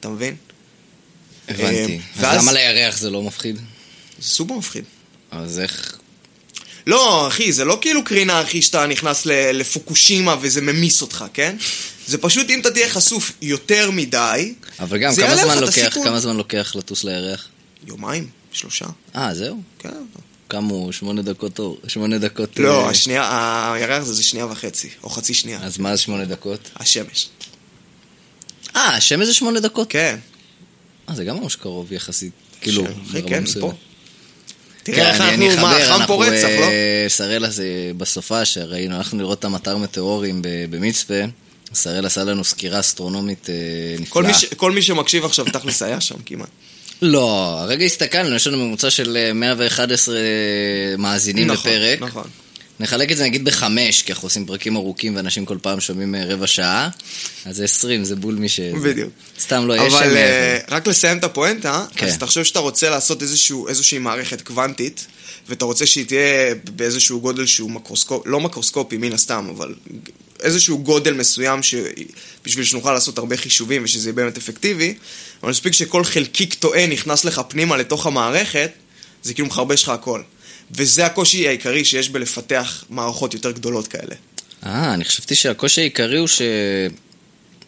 Speaker 2: אתה מבין?
Speaker 1: הבנתי.
Speaker 2: אה,
Speaker 1: אז
Speaker 2: ואז-
Speaker 1: למה לירח זה לא מפחיד?
Speaker 2: זה סופר מפחיד.
Speaker 1: אז איך...
Speaker 2: לא, אחי, זה לא כאילו קרינה, אחי, שאתה נכנס ל- לפוקושימה וזה ממיס אותך, כן? זה פשוט אם אתה תהיה חשוף יותר מדי,
Speaker 1: אבל גם,
Speaker 2: זה
Speaker 1: כמה
Speaker 2: יעלה לך
Speaker 1: זמן
Speaker 2: את
Speaker 1: לוקח,
Speaker 2: הסיכון.
Speaker 1: כמה זמן לוקח לטוס לירח?
Speaker 2: יומיים, שלושה,
Speaker 1: אה, זהו?
Speaker 2: כן.
Speaker 1: כמה הוא? שמונה דקות אור? שמונה דקות...
Speaker 2: לא,
Speaker 1: אה,
Speaker 2: השנייה, הירח זה, זה שנייה וחצי, או חצי שנייה.
Speaker 1: אז מה זה שמונה דקות?
Speaker 2: השמש.
Speaker 1: אה, השמש זה שמונה דקות?
Speaker 2: כן.
Speaker 1: אה, זה גם ממש קרוב יחסית. כאילו,
Speaker 2: שם, אחי,
Speaker 1: ברמה
Speaker 2: כן,
Speaker 1: מסוימת.
Speaker 2: פה. תראה איך
Speaker 1: אני- כן, אני
Speaker 2: אנחנו, מה,
Speaker 1: אחבר,
Speaker 2: חם פה
Speaker 1: אנחנו,
Speaker 2: רצח, לא?
Speaker 1: אה, שראל הזה בסופה, שראינו, הלכנו לראות את המטר מטאורים ב- במצפה. שראל עשה לנו סקירה אסטרונומית אה,
Speaker 2: כל
Speaker 1: נפלאה.
Speaker 2: מי, ש, כל מי שמקשיב עכשיו תכלס היה שם כמעט.
Speaker 1: לא, הרגע הסתכלנו, יש לנו ממוצע של אה, 111 מאזינים
Speaker 2: נכון,
Speaker 1: לפרק.
Speaker 2: נכון.
Speaker 1: נחלק את זה נגיד בחמש, כי אנחנו עושים פרקים ארוכים ואנשים כל פעם שומעים אה, רבע שעה. אז זה 20, זה בול מי ש...
Speaker 2: בדיוק.
Speaker 1: סתם לא, יש שם...
Speaker 2: אבל
Speaker 1: אה,
Speaker 2: אה, רק לסיים את הפואנטה,
Speaker 1: כן.
Speaker 2: אז תחשוב שאתה רוצה לעשות איזשהו, איזושהי מערכת קוונטית, ואתה רוצה שהיא תהיה באיזשהו גודל שהוא מקרוסקופ, לא מקרוסקופי מן הסתם, אבל איזשהו גודל מסוים ש... בשביל שנוכל לעשות הרבה חישובים ושזה יהיה באמת אפקטיבי, אבל מספיק שכל חלקיק טועה נכנס לך פנימה לתוך המערכת, זה כאילו מחרבש לך הכל. וזה הקושי העיקרי שיש בלפתח מערכות יותר גדולות כאלה.
Speaker 1: אה, אני חשבתי שהקושי העיקרי הוא ש...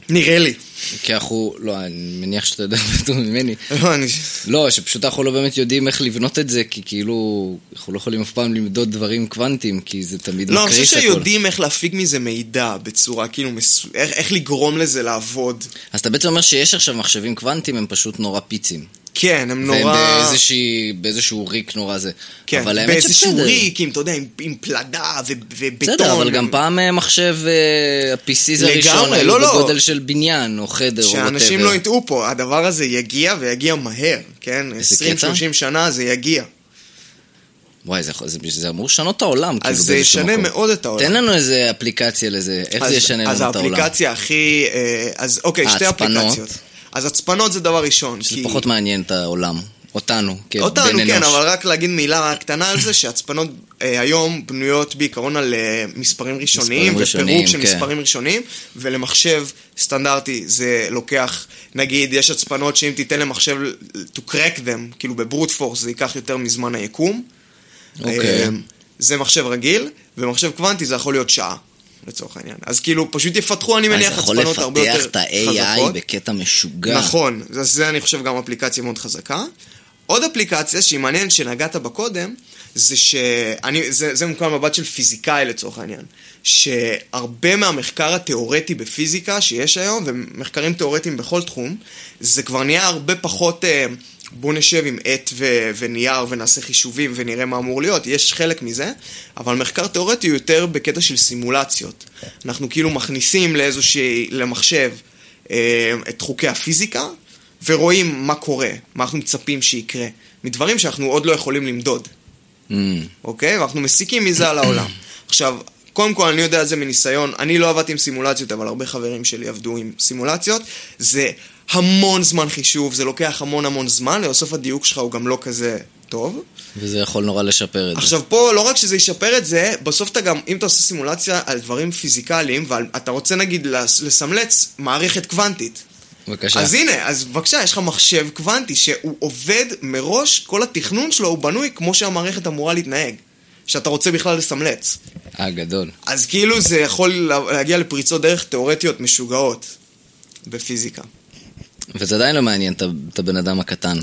Speaker 2: נראה לי.
Speaker 1: כי אנחנו... לא, אני מניח שאתה יודע יותר ממני.
Speaker 2: לא, אני...
Speaker 1: לא, שפשוט אנחנו לא באמת יודעים איך לבנות את זה, כי כאילו, אנחנו לא יכולים אף פעם למדוד דברים קוונטיים, כי זה תמיד
Speaker 2: לא, אני חושב
Speaker 1: מקריס הכול.
Speaker 2: שיודעים איך להפיק מזה מידע בצורה כאילו, מסו... איך, איך לגרום לזה לעבוד.
Speaker 1: אז אתה בעצם אומר שיש עכשיו מחשבים קוונטיים, הם פשוט נורא פיצים.
Speaker 2: כן, הם
Speaker 1: נורא...
Speaker 2: נורא...
Speaker 1: באיזושהי, באיזשהו ריק נורא זה.
Speaker 2: כן,
Speaker 1: אבל האמת
Speaker 2: באיזשהו
Speaker 1: שבסדר.
Speaker 2: ריק, עם, אתה יודע, עם, עם פלדה ו- ובטון.
Speaker 1: בסדר, אבל גם פעם אה, מחשב, אה, ה-PCs הראשון,
Speaker 2: לגמרי,
Speaker 1: היו
Speaker 2: לא, לא.
Speaker 1: בגודל של בניין, או חדר, או וואטאבר.
Speaker 2: שאנשים לא יטעו פה, הדבר הזה יגיע ויגיע מהר, כן?
Speaker 1: קטע? כאילו,
Speaker 2: 20-30 שנה זה יגיע.
Speaker 1: וואי, זה, יכול- זה, זה אמור לשנות את העולם, כאילו,
Speaker 2: אז זה
Speaker 1: באיזשהו
Speaker 2: ישנה
Speaker 1: מקום.
Speaker 2: מאוד את העולם.
Speaker 1: תן לנו איזה אפליקציה לזה, איך
Speaker 2: אז-
Speaker 1: זה ישנה לנו את העולם.
Speaker 2: אז האפליקציה הכי... אה, אז אוקיי, שתי
Speaker 1: ההצפנות.
Speaker 2: אפליקציות. אז הצפנות זה דבר ראשון.
Speaker 1: זה
Speaker 2: כי-
Speaker 1: פחות מעניין את העולם. אותנו, כבן אנוש.
Speaker 2: אותנו, כן, אבל רק להגיד מילה קטנה על זה, שהצפנות אה, היום בנויות בעיקרון על אה, מספרים ראשוניים,
Speaker 1: ראשוניים,
Speaker 2: ופירוק של
Speaker 1: כן.
Speaker 2: מספרים ראשוניים, ולמחשב סטנדרטי זה לוקח, נגיד, יש הצפנות שאם תיתן למחשב to crack them, כאילו בברוט פורס, זה ייקח יותר מזמן היקום.
Speaker 1: אוקיי.
Speaker 2: אה, זה מחשב רגיל, ומחשב קוונטי זה יכול להיות שעה. לצורך העניין. אז כאילו, פשוט יפתחו, אני מניח, הצפנות הרבה יותר חזקות.
Speaker 1: אתה יכול לפתח את ה-AI בקטע משוגע.
Speaker 2: נכון, אז זה אני חושב גם אפליקציה מאוד חזקה. עוד אפליקציה שהיא מעניינת שנגעת בה קודם, זה שאני, זה, זה מוכן מבט של פיזיקאי לצורך העניין, שהרבה מהמחקר התיאורטי בפיזיקה שיש היום, ומחקרים תיאורטיים בכל תחום, זה כבר נהיה הרבה פחות אה, בוא נשב עם עט ו- ונייר ונעשה חישובים ונראה מה אמור להיות, יש חלק מזה, אבל מחקר תיאורטי הוא יותר בקטע של סימולציות. אנחנו כאילו מכניסים לאיזושהי, למחשב, אה, את חוקי הפיזיקה, ורואים מה קורה, מה אנחנו מצפים שיקרה, מדברים שאנחנו עוד לא יכולים למדוד.
Speaker 1: Mm.
Speaker 2: אוקיי? ואנחנו מסיקים מזה על העולם. עכשיו, קודם כל אני יודע את זה מניסיון, אני לא עבדתי עם סימולציות, אבל הרבה חברים שלי עבדו עם סימולציות. זה המון זמן חישוב, זה לוקח המון המון זמן, ובסוף הדיוק שלך הוא גם לא כזה טוב.
Speaker 1: וזה יכול נורא לשפר את זה.
Speaker 2: עכשיו פה, לא רק שזה ישפר את זה, בסוף אתה גם, אם אתה עושה סימולציה על דברים פיזיקליים, ואתה רוצה נגיד לס- לסמלץ מערכת קוונטית.
Speaker 1: בבקשה.
Speaker 2: אז הנה, אז בבקשה, יש לך מחשב קוונטי שהוא עובד מראש, כל התכנון שלו הוא בנוי כמו שהמערכת אמורה להתנהג. שאתה רוצה בכלל לסמלץ.
Speaker 1: אה, גדול.
Speaker 2: אז כאילו זה יכול לה- להגיע לפריצות דרך תיאורטיות משוגעות בפיזיקה.
Speaker 1: וזה עדיין לא מעניין את ה- את הבן אדם הקטן.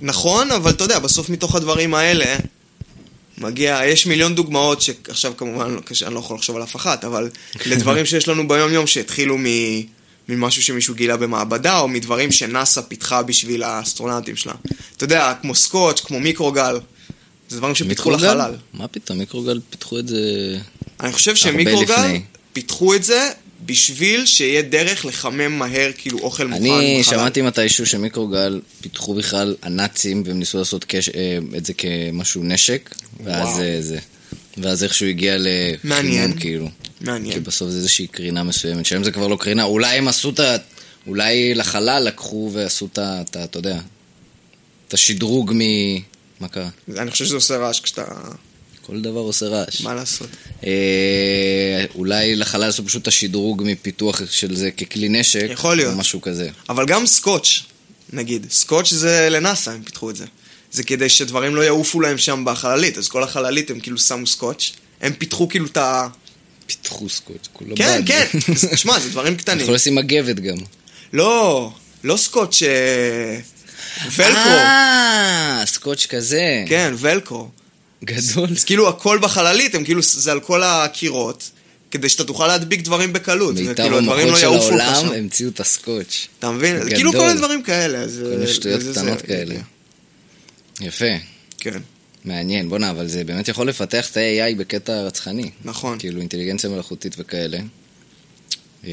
Speaker 2: נכון, אבל אתה יודע, בסוף מתוך הדברים האלה מגיע, יש מיליון דוגמאות שעכשיו כמובן, לא- קשה- אני לא יכול לחשוב על אף אחת, אבל לדברים שיש לנו ביום יום שהתחילו מ... ממשהו שמישהו גילה במעבדה, או מדברים שנאסא פיתחה בשביל האסטרונאוטים שלה. אתה יודע, כמו סקוץ', כמו מיקרוגל, זה דברים שפיתחו
Speaker 1: מיקרוגל?
Speaker 2: לחלל.
Speaker 1: מה פתאום, מיקרוגל פיתחו את זה...
Speaker 2: אני חושב
Speaker 1: הרבה
Speaker 2: שמיקרוגל
Speaker 1: לפני.
Speaker 2: פיתחו את זה בשביל שיהיה דרך לחמם מהר כאילו אוכל מוכן.
Speaker 1: אני
Speaker 2: בחלל.
Speaker 1: שמעתי מתישהו שמיקרוגל פיתחו בכלל הנאצים והם ניסו לעשות קש... אה, את זה כמשהו נשק, ואז
Speaker 2: וואו.
Speaker 1: אה, זה... ואז איכשהו הגיע
Speaker 2: מעניין.
Speaker 1: לחימום כאילו. כי
Speaker 2: מעניין.
Speaker 1: בסוף זה איזושהי קרינה מסוימת, שהיום זה כבר לא קרינה, אולי הם עשו את ה... אולי לחלל לקחו ועשו את ה... את ה- אתה יודע, את השדרוג מ... מה קרה?
Speaker 2: אני חושב שזה עושה רעש כשאתה...
Speaker 1: כל דבר עושה רעש.
Speaker 2: מה לעשות?
Speaker 1: אה, אולי לחלל עשו פשוט את השדרוג מפיתוח של זה ככלי נשק.
Speaker 2: יכול להיות.
Speaker 1: או משהו כזה.
Speaker 2: אבל גם סקוץ', נגיד. סקוץ' זה לנאסא, הם פיתחו את זה. זה כדי שדברים לא יעופו להם שם בחללית, אז כל החללית הם כאילו שמו סקוץ'. הם פיתחו כאילו את ה...
Speaker 1: פיתחו סקוץ', כולו
Speaker 2: כן,
Speaker 1: בד.
Speaker 2: כן. שמע, זה דברים קטנים.
Speaker 1: לא יכול לשים מגבת גם.
Speaker 2: לא, לא סקוץ', אה, ולקרו.
Speaker 1: אה, סקוץ' כזה.
Speaker 2: כן, ולקרו.
Speaker 1: גדול.
Speaker 2: אז כאילו הכל בחללית, הם כאילו, זה על כל הקירות, כדי שאתה תוכל להדביק דברים בקלות.
Speaker 1: מיטב
Speaker 2: וכאילו, הדברים
Speaker 1: המוחות
Speaker 2: לא
Speaker 1: של
Speaker 2: יעופו לך
Speaker 1: העולם
Speaker 2: שם.
Speaker 1: המציאו את הסקוץ'.
Speaker 2: אתה מבין?
Speaker 1: גדול.
Speaker 2: כאילו כל מיני דברים כאלה. אז,
Speaker 1: כל מיני
Speaker 2: אה,
Speaker 1: כאילו שטויות
Speaker 2: זה- זה-
Speaker 1: קטנות כאלה. יפה,
Speaker 2: כן,
Speaker 1: מעניין. בואנה, אבל זה באמת יכול לפתח את ה-AI בקטע רצחני.
Speaker 2: נכון.
Speaker 1: כאילו אינטליגנציה מלאכותית וכאלה. אה,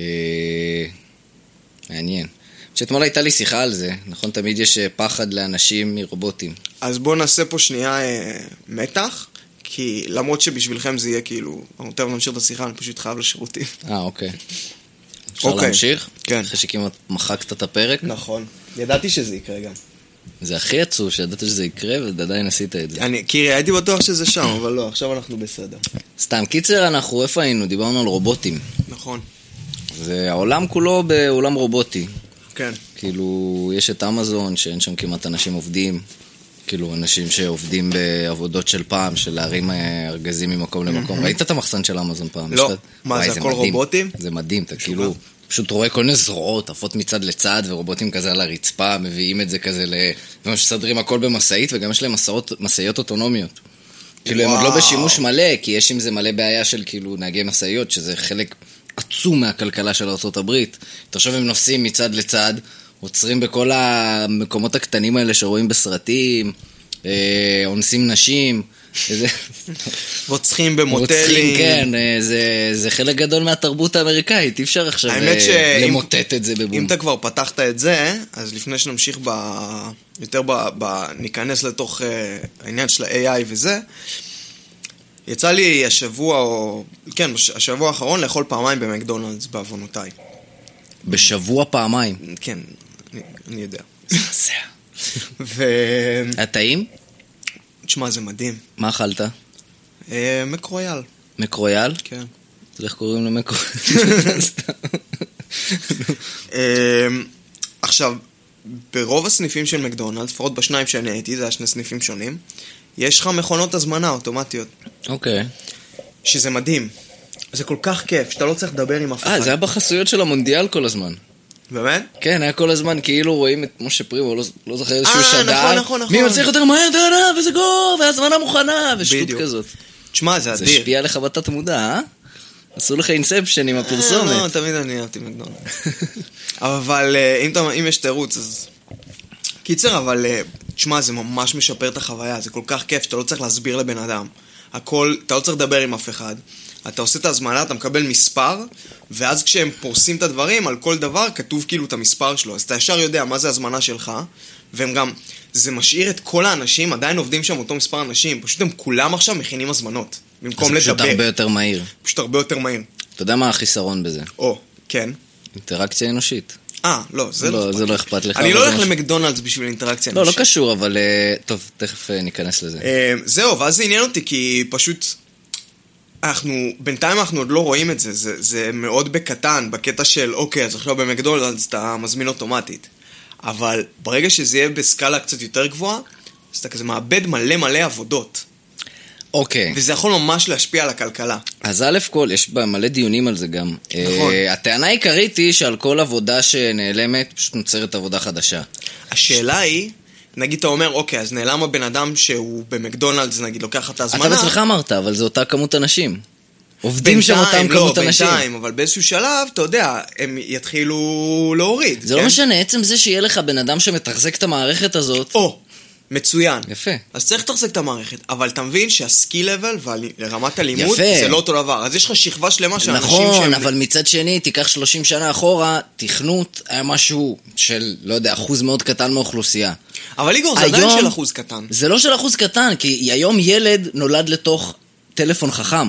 Speaker 1: מעניין. שאתמול הייתה לי שיחה על זה, נכון? תמיד יש אה, פחד לאנשים מרובוטים.
Speaker 2: אז בואו נעשה פה שנייה אה, מתח, כי למרות שבשבילכם זה יהיה כאילו, אנחנו תכף נמשיך את השיחה, אני פשוט חייב לשירותים.
Speaker 1: אה, אוקיי. אפשר
Speaker 2: אוקיי.
Speaker 1: להמשיך?
Speaker 2: כן.
Speaker 1: אחרי שכמעט מחקת את הפרק?
Speaker 2: נכון. ידעתי שזה יקרה גם.
Speaker 1: זה הכי עצוב שידעת שזה יקרה ועדיין עשית את זה.
Speaker 2: אני, קירי, הייתי בטוח שזה שם, אבל לא, עכשיו אנחנו בסדר.
Speaker 1: סתם, קיצר, אנחנו איפה היינו? דיברנו על רובוטים.
Speaker 2: נכון.
Speaker 1: והעולם כולו בעולם רובוטי.
Speaker 2: כן.
Speaker 1: כאילו, יש את אמזון, שאין שם כמעט אנשים עובדים. כאילו, אנשים שעובדים בעבודות של פעם, של להרים אה, ארגזים ממקום למקום. ראית את המחסן של אמזון פעם?
Speaker 2: לא.
Speaker 1: יש לך-
Speaker 2: מה,
Speaker 1: וואי,
Speaker 2: זה הכל
Speaker 1: מדהים.
Speaker 2: רובוטים?
Speaker 1: זה מדהים, אתה כאילו... פשוט רואה כל מיני זרועות עפות מצד לצד, ורובוטים כזה על הרצפה, מביאים את זה כזה ל... ומסדרים הכל במשאית, וגם יש להם מסעות- משאיות אוטונומיות. כאילו, הם עוד לא
Speaker 2: וואו.
Speaker 1: בשימוש מלא, כי יש עם זה מלא בעיה של כאילו נהגי משאיות, שזה חלק עצום מהכלכלה של ארה"ב. תחשוב, הם נוסעים מצד לצד, עוצרים בכל המקומות הקטנים האלה שרואים בסרטים, אה, אונסים נשים. וזה-
Speaker 2: רוצחים במוטלים.
Speaker 1: רוצחים, כן, אה, זה, זה חלק גדול מהתרבות האמריקאית, אי אפשר עכשיו
Speaker 2: האמת
Speaker 1: אה,
Speaker 2: שאם-
Speaker 1: למוטט את זה
Speaker 2: אם
Speaker 1: בבום.
Speaker 2: אתה כבר פתחת את זה, אז לפני שנמשיך ב... יותר ב... ב... ניכנס לתוך uh, העניין של ה-AI וזה, יצא לי השבוע, או... כן, בש- השבוע האחרון לאכול פעמיים במקדונלדס, בעוונותיי.
Speaker 1: בשבוע פעמיים.
Speaker 2: כן, אני, אני יודע.
Speaker 1: זה
Speaker 2: ו...
Speaker 1: היה טעים?
Speaker 2: תשמע, זה מדהים.
Speaker 1: מה אכלת?
Speaker 2: Uh, מקרויאל,
Speaker 1: מקרויאל?
Speaker 2: כן.
Speaker 1: זה איך קוראים לו מקרויאל? סתם.
Speaker 2: אמ, עכשיו, ברוב הסניפים של מקדונלדס, לפחות בשניים שאני הייתי, זה היה שני סניפים שונים, יש לך מכונות הזמנה אוטומטיות,
Speaker 1: אוקיי.
Speaker 2: שזה מדהים. זה כל כך כיף, שאתה לא צריך לדבר עם אף אחד.
Speaker 1: אה, זה היה בחסויות של המונדיאל כל הזמן.
Speaker 2: באמת?
Speaker 1: כן, היה כל הזמן כאילו רואים את משה פרימו, לא, לא זוכר איזשהו
Speaker 2: אה,
Speaker 1: שדר.
Speaker 2: נכון, נכון, נכון.
Speaker 1: מי מצליח יותר מהר, אתה יודע, וזה גול, והזמנה מוכנה, ושטות
Speaker 2: בדיוק.
Speaker 1: כזאת.
Speaker 2: תשמע, זה
Speaker 1: זה
Speaker 2: אדיר.
Speaker 1: השפיע עליך בתת מודע, אה? עשו לך אינספשן עם
Speaker 2: אה, לא,
Speaker 1: הפרסומת.
Speaker 2: תמיד אני אהבתי מקדונלד. אבל אה, אם, אתה- אם יש תירוץ, אז... קיצר, אבל אה, תשמע, זה ממש משפר את החוויה, זה כל כך כיף שאתה לא צריך להסביר לבן אדם. הכל, אתה לא צריך לדבר עם אף אחד. אתה עושה את ההזמנה, אתה מקבל מספר, ואז כשהם פורסים את הדברים, על כל דבר כתוב כאילו את המספר שלו. אז אתה ישר יודע מה זה הזמנה שלך, והם גם... זה משאיר את כל האנשים, עדיין עובדים שם אותו מספר אנשים, פשוט הם כולם עכשיו מכינים הזמנות. במקום
Speaker 1: זה פשוט
Speaker 2: לדבר,
Speaker 1: הרבה יותר מהיר.
Speaker 2: פשוט הרבה יותר מהיר.
Speaker 1: אתה יודע מה החיסרון בזה?
Speaker 2: או, כן.
Speaker 1: אינטראקציה אנושית.
Speaker 2: אה, לא, זה לא
Speaker 1: לא,
Speaker 2: אכפת
Speaker 1: זה
Speaker 2: לי.
Speaker 1: לא אכפת לך.
Speaker 2: אני
Speaker 1: אבל
Speaker 2: לא
Speaker 1: זה
Speaker 2: הולך
Speaker 1: משהו-
Speaker 2: למקדונלדס בשביל אינטראקציה
Speaker 1: לא, לא
Speaker 2: אנושית.
Speaker 1: קשור, אבל... אה, טוב, תכף אה, ניכנס לזה.
Speaker 2: אה, זהו, ואז זה עניין אותי, כי פשוט... אנחנו, בינתיים אנחנו עוד לא רואים את זה, זה, זה מאוד בקטן, בקטע של אוקיי, אז עכשיו במקדונלדס אתה מזמין אוטומטית. אבל ברגע שזה יהיה בסקאלה קצת יותר גבוהה, אז אתה כזה מאבד מלא מלא עבודות.
Speaker 1: אוקיי.
Speaker 2: וזה יכול ממש להשפיע על הכלכלה.
Speaker 1: אז א' כל, יש בה מלא דיונים על זה גם.
Speaker 2: נכון.
Speaker 1: אה, הטענה העיקרית היא שעל כל עבודה שנעלמת, פשוט נוצרת עבודה חדשה.
Speaker 2: השאלה היא, נגיד אתה אומר, אוקיי, אז נעלם הבן אדם שהוא במקדונלדס, נגיד, לוקח את ההזמנה.
Speaker 1: אתה בעצמך אמרת, אבל זו אותה כמות אנשים. עובדים שם אותם
Speaker 2: בינתיים,
Speaker 1: כמות
Speaker 2: לא,
Speaker 1: אנשים.
Speaker 2: בינתיים, אבל באיזשהו שלב, אתה יודע, הם יתחילו להוריד.
Speaker 1: זה
Speaker 2: כן?
Speaker 1: לא משנה, עצם זה שיהיה לך בן אדם שמתחזק את המערכת הזאת,
Speaker 2: או, מצוין.
Speaker 1: יפה.
Speaker 2: אז צריך לתחזק את המערכת, אבל אתה מבין שהסקיל לבל ורמת הלימוד
Speaker 1: יפה.
Speaker 2: זה לא אותו דבר. אז יש לך שכבה שלמה של אנשים
Speaker 1: נכון,
Speaker 2: שהם...
Speaker 1: אבל מצד שני, תיקח 30 שנה אחורה, תכנות היה משהו של, לא יודע, אחוז מאוד קטן מהאוכלוסייה.
Speaker 2: אבל איגור, זה עדיין
Speaker 1: היום-
Speaker 2: של אחוז קטן.
Speaker 1: זה לא של אחוז קטן, כי היום ילד נולד לתוך טלפון חכם.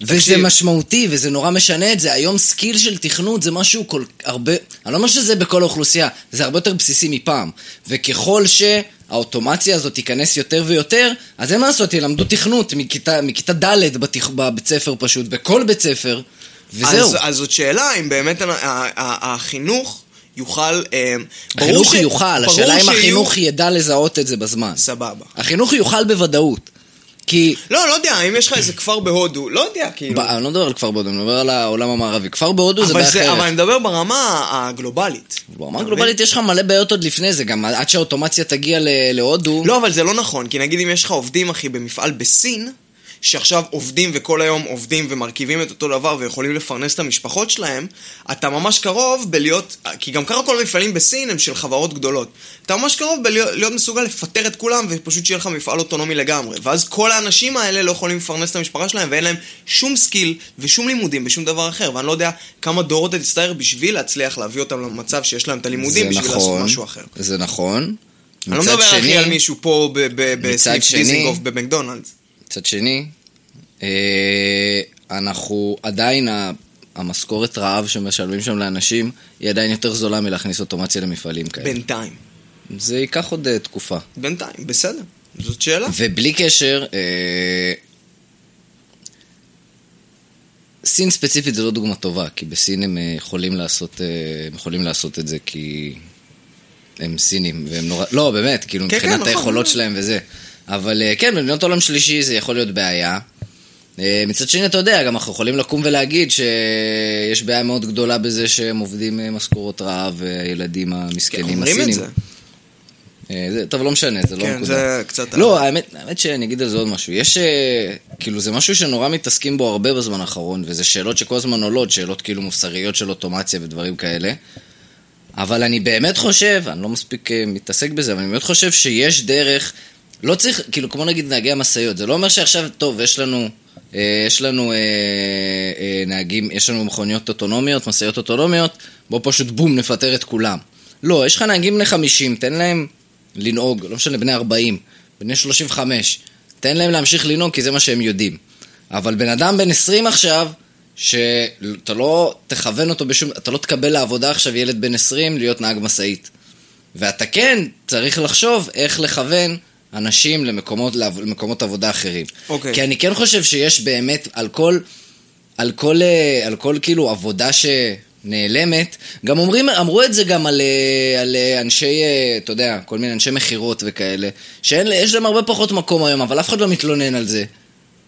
Speaker 1: וזה
Speaker 2: תקשיב.
Speaker 1: משמעותי, וזה נורא משנה את זה. היום סקיל של תכנות זה משהו כל הרבה... אני לא אומר שזה בכל האוכלוסייה, זה הרבה יותר בסיסי מפעם. וככל שהאוטומציה הזאת תיכנס יותר ויותר, אז אין מה לעשות, ילמדו תכנות מכיתה, מכיתה ד' בתיכ... בבית ספר פשוט, בכל בית ספר, וזהו.
Speaker 2: אז, אה, אז זאת שאלה אם באמת ה- ה- ה- החינוך יוכל... אה, ברור
Speaker 1: החינוך
Speaker 2: ש-
Speaker 1: יוכל,
Speaker 2: ברור
Speaker 1: השאלה אם
Speaker 2: שיהיו-
Speaker 1: החינוך ידע לזהות את זה בזמן.
Speaker 2: סבבה.
Speaker 1: החינוך יוכל בוודאות. כי
Speaker 2: לא, לא יודע, אם יש לך איזה כפר בהודו, לא יודע, כאילו.
Speaker 1: ב- אני לא מדבר על כפר בהודו, אני מדבר על העולם המערבי. כפר בהודו זה
Speaker 2: אבל
Speaker 1: בעיה
Speaker 2: זה- אבל
Speaker 1: אחרת.
Speaker 2: אני מדבר ברמה הגלובלית.
Speaker 1: ברמה
Speaker 2: אתה מבין?
Speaker 1: הגלובלית יש לך מלא בעיות עוד לפני זה, גם עד שהאוטומציה תגיע ל- להודו.
Speaker 2: לא, אבל זה לא נכון, כי נגיד אם יש לך עובדים, אחי, במפעל בסין, שעכשיו עובדים וכל היום עובדים ומרכיבים את אותו דבר ויכולים לפרנס את המשפחות שלהם, אתה ממש קרוב בלהיות, כי גם ככה כל המפעלים בסין הם של חברות גדולות. אתה ממש קרוב בלהיות להיות מסוגל לפטר את כולם ופשוט שיהיה לך מפעל אוטונומי לגמרי. ואז כל האנשים האלה לא יכולים לפרנס את המשפחה שלהם ואין להם שום סקיל ושום לימודים ושום דבר אחר. ואני לא יודע כמה דורות אתה תצטער בשביל להצליח להביא אותם למצב שיש להם את הלימודים
Speaker 1: זה
Speaker 2: בשביל לעשות
Speaker 1: נכון,
Speaker 2: משהו אחר.
Speaker 1: זה נכון.
Speaker 2: אני לא
Speaker 1: מצד
Speaker 2: מדבר
Speaker 1: שני-
Speaker 2: אחי על מישהו פה ב- ב- בסניף
Speaker 1: שני-
Speaker 2: דיזינגוף במקדונלדס.
Speaker 1: מצד שני, אה, אנחנו עדיין, ה- המשכורת רעב שמשלמים שם לאנשים, היא עדיין יותר זולה מלהכניס אוטומציה למפעלים כאלה.
Speaker 2: בינתיים.
Speaker 1: זה ייקח עוד אה, תקופה.
Speaker 2: בינתיים, בסדר. זאת שאלה.
Speaker 1: ובלי קשר, אה, סין ספציפית זה לא דוגמה טובה, כי בסין הם אה, יכולים לעשות, אה, הם יכולים לעשות את זה כי הם סינים, והם נורא... לא, באמת, כאילו,
Speaker 2: כן,
Speaker 1: מבחינת
Speaker 2: נכון.
Speaker 1: היכולות שלהם וזה. אבל אה, כן, במדינות עולם שלישי זה יכול להיות בעיה. אה, מצד שני, אתה יודע, גם אנחנו יכולים לקום ולהגיד שיש בעיה מאוד גדולה בזה שהם עובדים אה, משכורות רעב, אה, הילדים
Speaker 2: כן,
Speaker 1: המסכנים
Speaker 2: אומרים את
Speaker 1: הסינים.
Speaker 2: זה.
Speaker 1: אה, זה, טוב, לא משנה, זה לא
Speaker 2: כן,
Speaker 1: נקודה.
Speaker 2: זה קצת-
Speaker 1: לא, האמת, האמת שאני אגיד על זה עוד משהו. יש... אה, כאילו, זה משהו שנורא מתעסקים בו הרבה בזמן האחרון, וזה שאלות שכל הזמן עולות, שאלות כאילו מוסריות של אוטומציה ודברים כאלה. אבל אני באמת חושב, אני לא מספיק אה, מתעסק בזה, אבל אני באמת חושב שיש דרך, לא צריך, כאילו, כמו נגיד נהגי המשאיות, זה לא אומר שעכשיו, טוב, יש לנו, אה, יש לנו אה, אה, נהגים, יש לנו מכוניות אוטונומיות, משאיות אוטונומיות, בוא פשוט בום, נפטר את כולם. לא, יש לך נהגים בני 50, תן להם לנהוג, לא משנה, בני 40, בני 35, תן להם להמשיך לנהוג, כי זה מה שהם יודעים. אבל בן אדם בן 20 עכשיו, שאתה לא תכוון אותו בשום... אתה לא תקבל לעבודה עכשיו ילד בן 20 להיות נהג משאית. ואתה כן צריך לחשוב איך לכוון אנשים למקומות, לעב- למקומות עבודה אחרים.
Speaker 2: אוקיי.
Speaker 1: כי אני כן חושב שיש באמת, על כל, על כל, אה, על כל כאילו עבודה שנעלמת, גם אומרים, אמרו את זה גם על, אה, על אה, אנשי, אה, אתה יודע, כל מיני אנשי מכירות וכאלה, שיש להם הרבה פחות מקום היום, אבל אף אחד לא מתלונן על זה.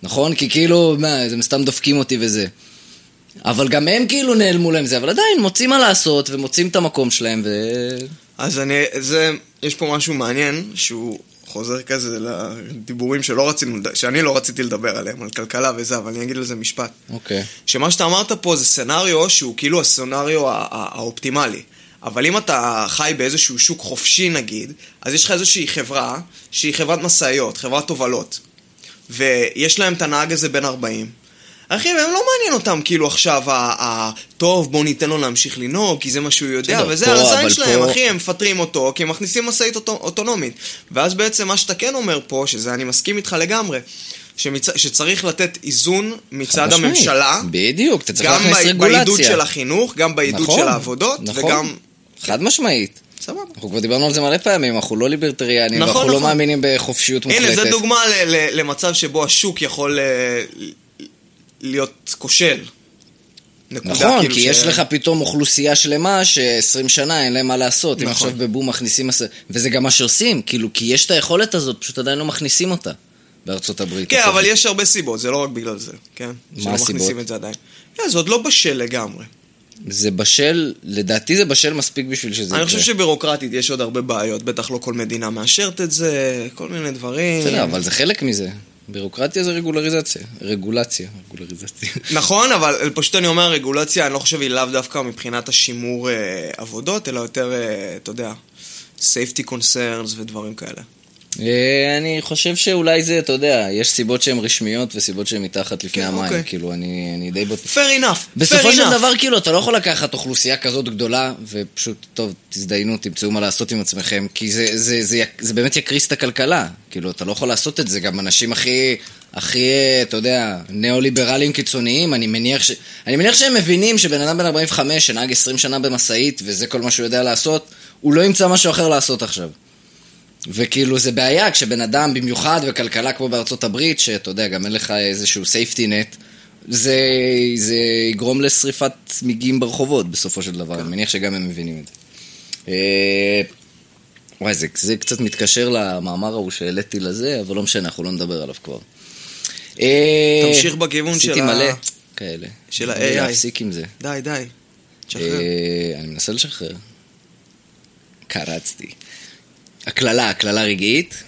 Speaker 1: נכון? כי כאילו, מה, הם סתם דופקים אותי וזה. אבל גם הם כאילו נעלמו להם זה, אבל עדיין מוצאים מה לעשות ומוצאים את המקום שלהם ו...
Speaker 2: אז אני, זה, יש פה משהו מעניין, שהוא חוזר כזה לדיבורים שלא רצינו, לד- שאני לא רציתי לדבר עליהם, על כלכלה וזה, אבל אני אגיד על זה משפט.
Speaker 1: אוקיי.
Speaker 2: שמה שאתה אמרת פה זה סנאריו שהוא כאילו הסנאריו ה- ה- האופטימלי. אבל אם אתה חי באיזשהו שוק חופשי נגיד, אז יש לך איזושהי חברה שהיא חברת משאיות, חברת תובלות. ויש להם את הנהג הזה בן 40. אחי, הם לא מעניין אותם כאילו עכשיו, ה- ה- טוב, בוא ניתן לו להמשיך לנהוג, כי זה מה שהוא יודע,
Speaker 1: בסדר,
Speaker 2: וזה
Speaker 1: פה,
Speaker 2: על הזין
Speaker 1: אבל
Speaker 2: שלהם,
Speaker 1: פה-
Speaker 2: אחי, הם מפטרים אותו, כי הם מכניסים משאית אוטו- אוטונומית. ואז בעצם מה שאתה כן אומר פה, שזה אני מסכים איתך לגמרי, שמצ... שצריך לתת איזון מצד
Speaker 1: חד משמעית.
Speaker 2: הממשלה,
Speaker 1: בדיוק, אתה צריך
Speaker 2: גם
Speaker 1: להכניס
Speaker 2: ב- בעידוד
Speaker 1: רגולציה.
Speaker 2: של החינוך, גם בעידוד
Speaker 1: נכון,
Speaker 2: של העבודות,
Speaker 1: נכון.
Speaker 2: וגם...
Speaker 1: חד משמעית.
Speaker 2: סבבה.
Speaker 1: אנחנו כבר דיברנו על זה מלא פעמים, אנחנו לא ליברטריאנים,
Speaker 2: נכון,
Speaker 1: אנחנו לא
Speaker 2: נכון.
Speaker 1: מאמינים בחופשיות מוחלטת.
Speaker 2: הנה, זו דוגמה ל- ל- למצב שבו השוק יכול אה, ל- להיות כושל. נקודה,
Speaker 1: נכון,
Speaker 2: כאילו,
Speaker 1: כי
Speaker 2: ש-
Speaker 1: יש לך פתאום אוכלוסייה שלמה ש-20 שנה אין להם מה לעשות. אם
Speaker 2: נכון.
Speaker 1: עכשיו בבום מכניסים... מס- וזה גם מה שעושים, כאילו, כי יש את היכולת הזאת, פשוט עדיין לא מכניסים אותה בארצות הברית.
Speaker 2: כן,
Speaker 1: אתה
Speaker 2: אבל
Speaker 1: יודע.
Speaker 2: יש הרבה סיבות, זה לא רק בגלל זה, כן? שלא
Speaker 1: הסיבות?
Speaker 2: מכניסים את זה עדיין. כן, זה עוד לא בשל לגמרי.
Speaker 1: זה בשל, לדעתי זה כן. בשל מספיק בשביל שזה יקרה.
Speaker 2: אני חושב שבירוקרטית יש עוד הרבה בעיות, בטח לא כל מדינה מאשרת את זה, כל מיני דברים.
Speaker 1: בסדר, אבל זה חלק מזה. בירוקרטיה זה רגולריזציה. רגולציה. רגולריזציה.
Speaker 2: נכון, אבל פשוט אני אומר, רגולציה, אני לא חושב היא לאו דווקא מבחינת השימור אה, עבודות, אלא יותר, אה, אתה יודע, safety concerns ודברים כאלה.
Speaker 1: אה, אני חושב שאולי זה, אתה יודע, יש סיבות שהן רשמיות וסיבות שהן מתחת לפני
Speaker 2: כן,
Speaker 1: המים.
Speaker 2: אוקיי.
Speaker 1: כאילו, אני אני די בוט...
Speaker 2: fair enough,
Speaker 1: בסופו
Speaker 2: fair
Speaker 1: של
Speaker 2: enough.
Speaker 1: דבר, כאילו, אתה לא יכול לקחת אוכלוסייה כזאת גדולה, ופשוט, טוב, תזדיינו, תמצאו מה לעשות עם עצמכם, כי זה, זה, זה, יק- זה באמת יקריס את הכלכלה. כאילו, אתה לא יכול לעשות את זה. גם אנשים הכי, הכי, אה, אתה יודע, ניאו-ליברלים קיצוניים, אני מניח, ש... אני מניח שהם מבינים שבן אדם בן 45 שנהג 20 שנה במשאית, וזה כל מה שהוא יודע לעשות, הוא לא ימצא משהו אחר לעשות עכשיו. וכאילו זה בעיה כשבן אדם, במיוחד בכלכלה כמו בארצות הברית, שאתה יודע, גם אין לך איזשהו safety net, זה, זה יגרום לשריפת צמיגים ברחובות בסופו של
Speaker 2: כן.
Speaker 1: דבר, אני מניח שגם הם מבינים את זה. אה, וואי, זה, זה קצת מתקשר למאמר ההוא שהעליתי לזה, אבל לא משנה, אנחנו לא נדבר עליו כבר. אה,
Speaker 2: תמשיך בכיוון של
Speaker 1: עשיתי
Speaker 2: ה-
Speaker 1: מלא כאלה.
Speaker 2: של
Speaker 1: אני
Speaker 2: ה-AI.
Speaker 1: להפסיק עם זה.
Speaker 2: די, די. תשחרר.
Speaker 1: אה, אני מנסה לשחרר. קרצתי. הקללה, הקללה רגעית.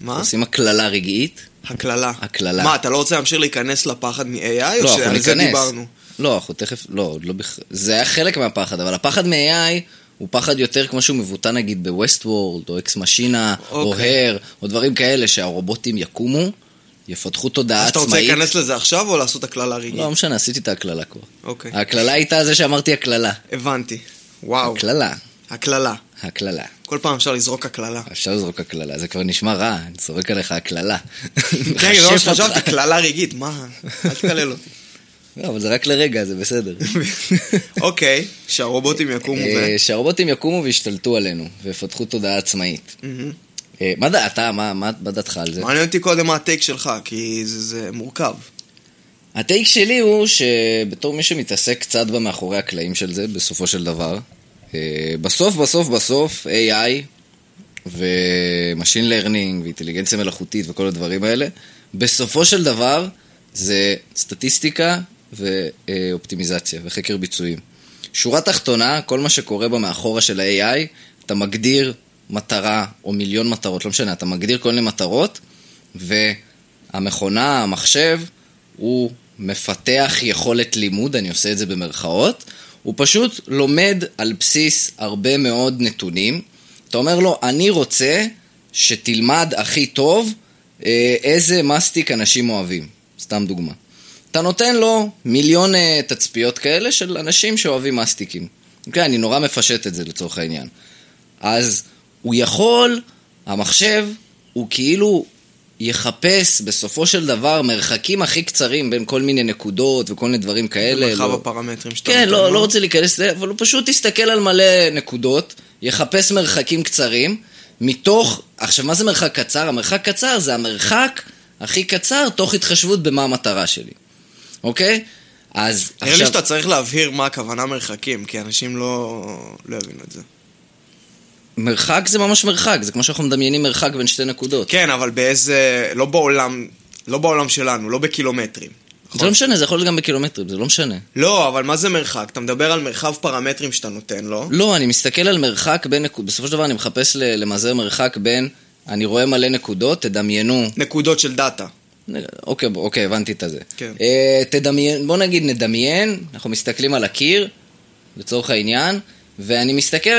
Speaker 2: מה?
Speaker 1: עושים הקללה רגעית.
Speaker 2: הקללה.
Speaker 1: אוקיי. הקללה.
Speaker 2: אה? מה, אתה לא רוצה להמשיך להיכנס לפחד מ-AI? או
Speaker 1: לא, אנחנו
Speaker 2: שעל זה
Speaker 1: ניכנס.
Speaker 2: דיברנו?
Speaker 1: לא, אנחנו תכף, לא, עוד לא בכ... זה היה חלק מהפחד, אבל הפחד מ-AI הוא פחד יותר כמו שהוא מבוטא נגיד בווסט וורד, או אקס משינה, או
Speaker 2: אוקיי.
Speaker 1: הר, או דברים כאלה, שהרובוטים יקומו, יפתחו תודעה
Speaker 2: אז אתה רוצה
Speaker 1: עצמאית.
Speaker 2: להיכנס לזה עכשיו או לעשות הקללה רגעית?
Speaker 1: לא משנה, עשיתי את ההקללה כבר.
Speaker 2: אוקיי.
Speaker 1: ההקללה הייתה זה שאמרתי הקללה.
Speaker 2: הבנתי. וואו.
Speaker 1: הקללה,
Speaker 2: הקללה.
Speaker 1: הקללה.
Speaker 2: כל פעם אפשר לזרוק הקללה.
Speaker 1: אפשר לזרוק הקללה, זה כבר נשמע רע, אני זורק עליך הקללה.
Speaker 2: כן, זה מה
Speaker 1: מחשף אותך.
Speaker 2: שחשבתי, קללה רגעית, מה? אל תקלל אותי.
Speaker 1: לא, אבל זה רק לרגע, זה בסדר.
Speaker 2: אוקיי, שהרובוטים יקומו ו...
Speaker 1: אה, שהרובוטים יקומו וישתלטו עלינו, ויפתחו תודעה עצמאית.
Speaker 2: מהמם.
Speaker 1: אה, מה דעתה, מה מה- מה דעתך על זה?
Speaker 2: מעניין אותי קודם מה הטייק שלך, כי זה, זה מורכב.
Speaker 1: הטייק שלי הוא שבתור מי שמתעסק קצת במאחורי הקלעים של זה, בסופו של דבר, אה, בסוף בסוף בסוף AI ומשין לרנינג ואינטליגנציה מלאכותית וכל הדברים האלה, בסופו של דבר זה סטטיסטיקה ואופטימיזציה וחקר ביצועים. שורה תחתונה, כל מה שקורה במאחורה של ה-AI, אתה מגדיר מטרה או מיליון מטרות, לא משנה, אתה מגדיר כל מיני מטרות, והמכונה, המחשב, הוא מפתח יכולת לימוד, אני עושה את זה במרכאות, הוא פשוט לומד על בסיס הרבה מאוד נתונים. אתה אומר לו, אני רוצה שתלמד הכי טוב אה, איזה מסטיק אנשים אוהבים. סתם דוגמה. אתה נותן לו מיליון אה, תצפיות כאלה של אנשים שאוהבים מסטיקים. אוקיי, אני נורא מפשט את זה לצורך העניין. אז הוא יכול, המחשב, הוא כאילו יחפש בסופו של דבר מרחקים הכי קצרים בין כל מיני נקודות וכל מיני דברים כאלה.
Speaker 2: במרחב
Speaker 1: לא-
Speaker 2: הפרמטרים שאתה
Speaker 1: כן,
Speaker 2: נותן
Speaker 1: לא,
Speaker 2: לו.
Speaker 1: לא רוצה להיכנס לזה, אבל הוא פשוט יסתכל על מלא נקודות, יחפש מרחקים קצרים, מתוך, עכשיו מה זה מרחק קצר? המרחק קצר זה המרחק הכי קצר תוך התחשבות במה המטרה שלי, אוקיי? אז
Speaker 2: נראה לי
Speaker 1: עכשיו,
Speaker 2: שאתה צריך להבהיר מה הכוונה מרחקים, כי אנשים לא, לא יבינו את זה.
Speaker 1: מרחק זה ממש מרחק, זה כמו שאנחנו מדמיינים מרחק בין שתי נקודות.
Speaker 2: כן, אבל באיזה... לא בעולם לא בעולם שלנו, לא בקילומטרים.
Speaker 1: זה לא משנה, זה יכול להיות גם בקילומטרים, זה לא משנה.
Speaker 2: לא, אבל מה זה מרחק? אתה מדבר על מרחב פרמטרים שאתה נותן לו.
Speaker 1: לא, אני מסתכל על מרחק בין... נקוד- בסופו של דבר אני מחפש ל- למזער מרחק בין... אני רואה מלא נקודות, תדמיינו.
Speaker 2: נקודות של דאטה.
Speaker 1: אוקיי, בוא, אוקיי, הבנתי את הזה.
Speaker 2: כן.
Speaker 1: אה, תדמיין, בוא נגיד נדמיין, אנחנו מסתכלים על הקיר, לצורך העניין, ואני מסתכל,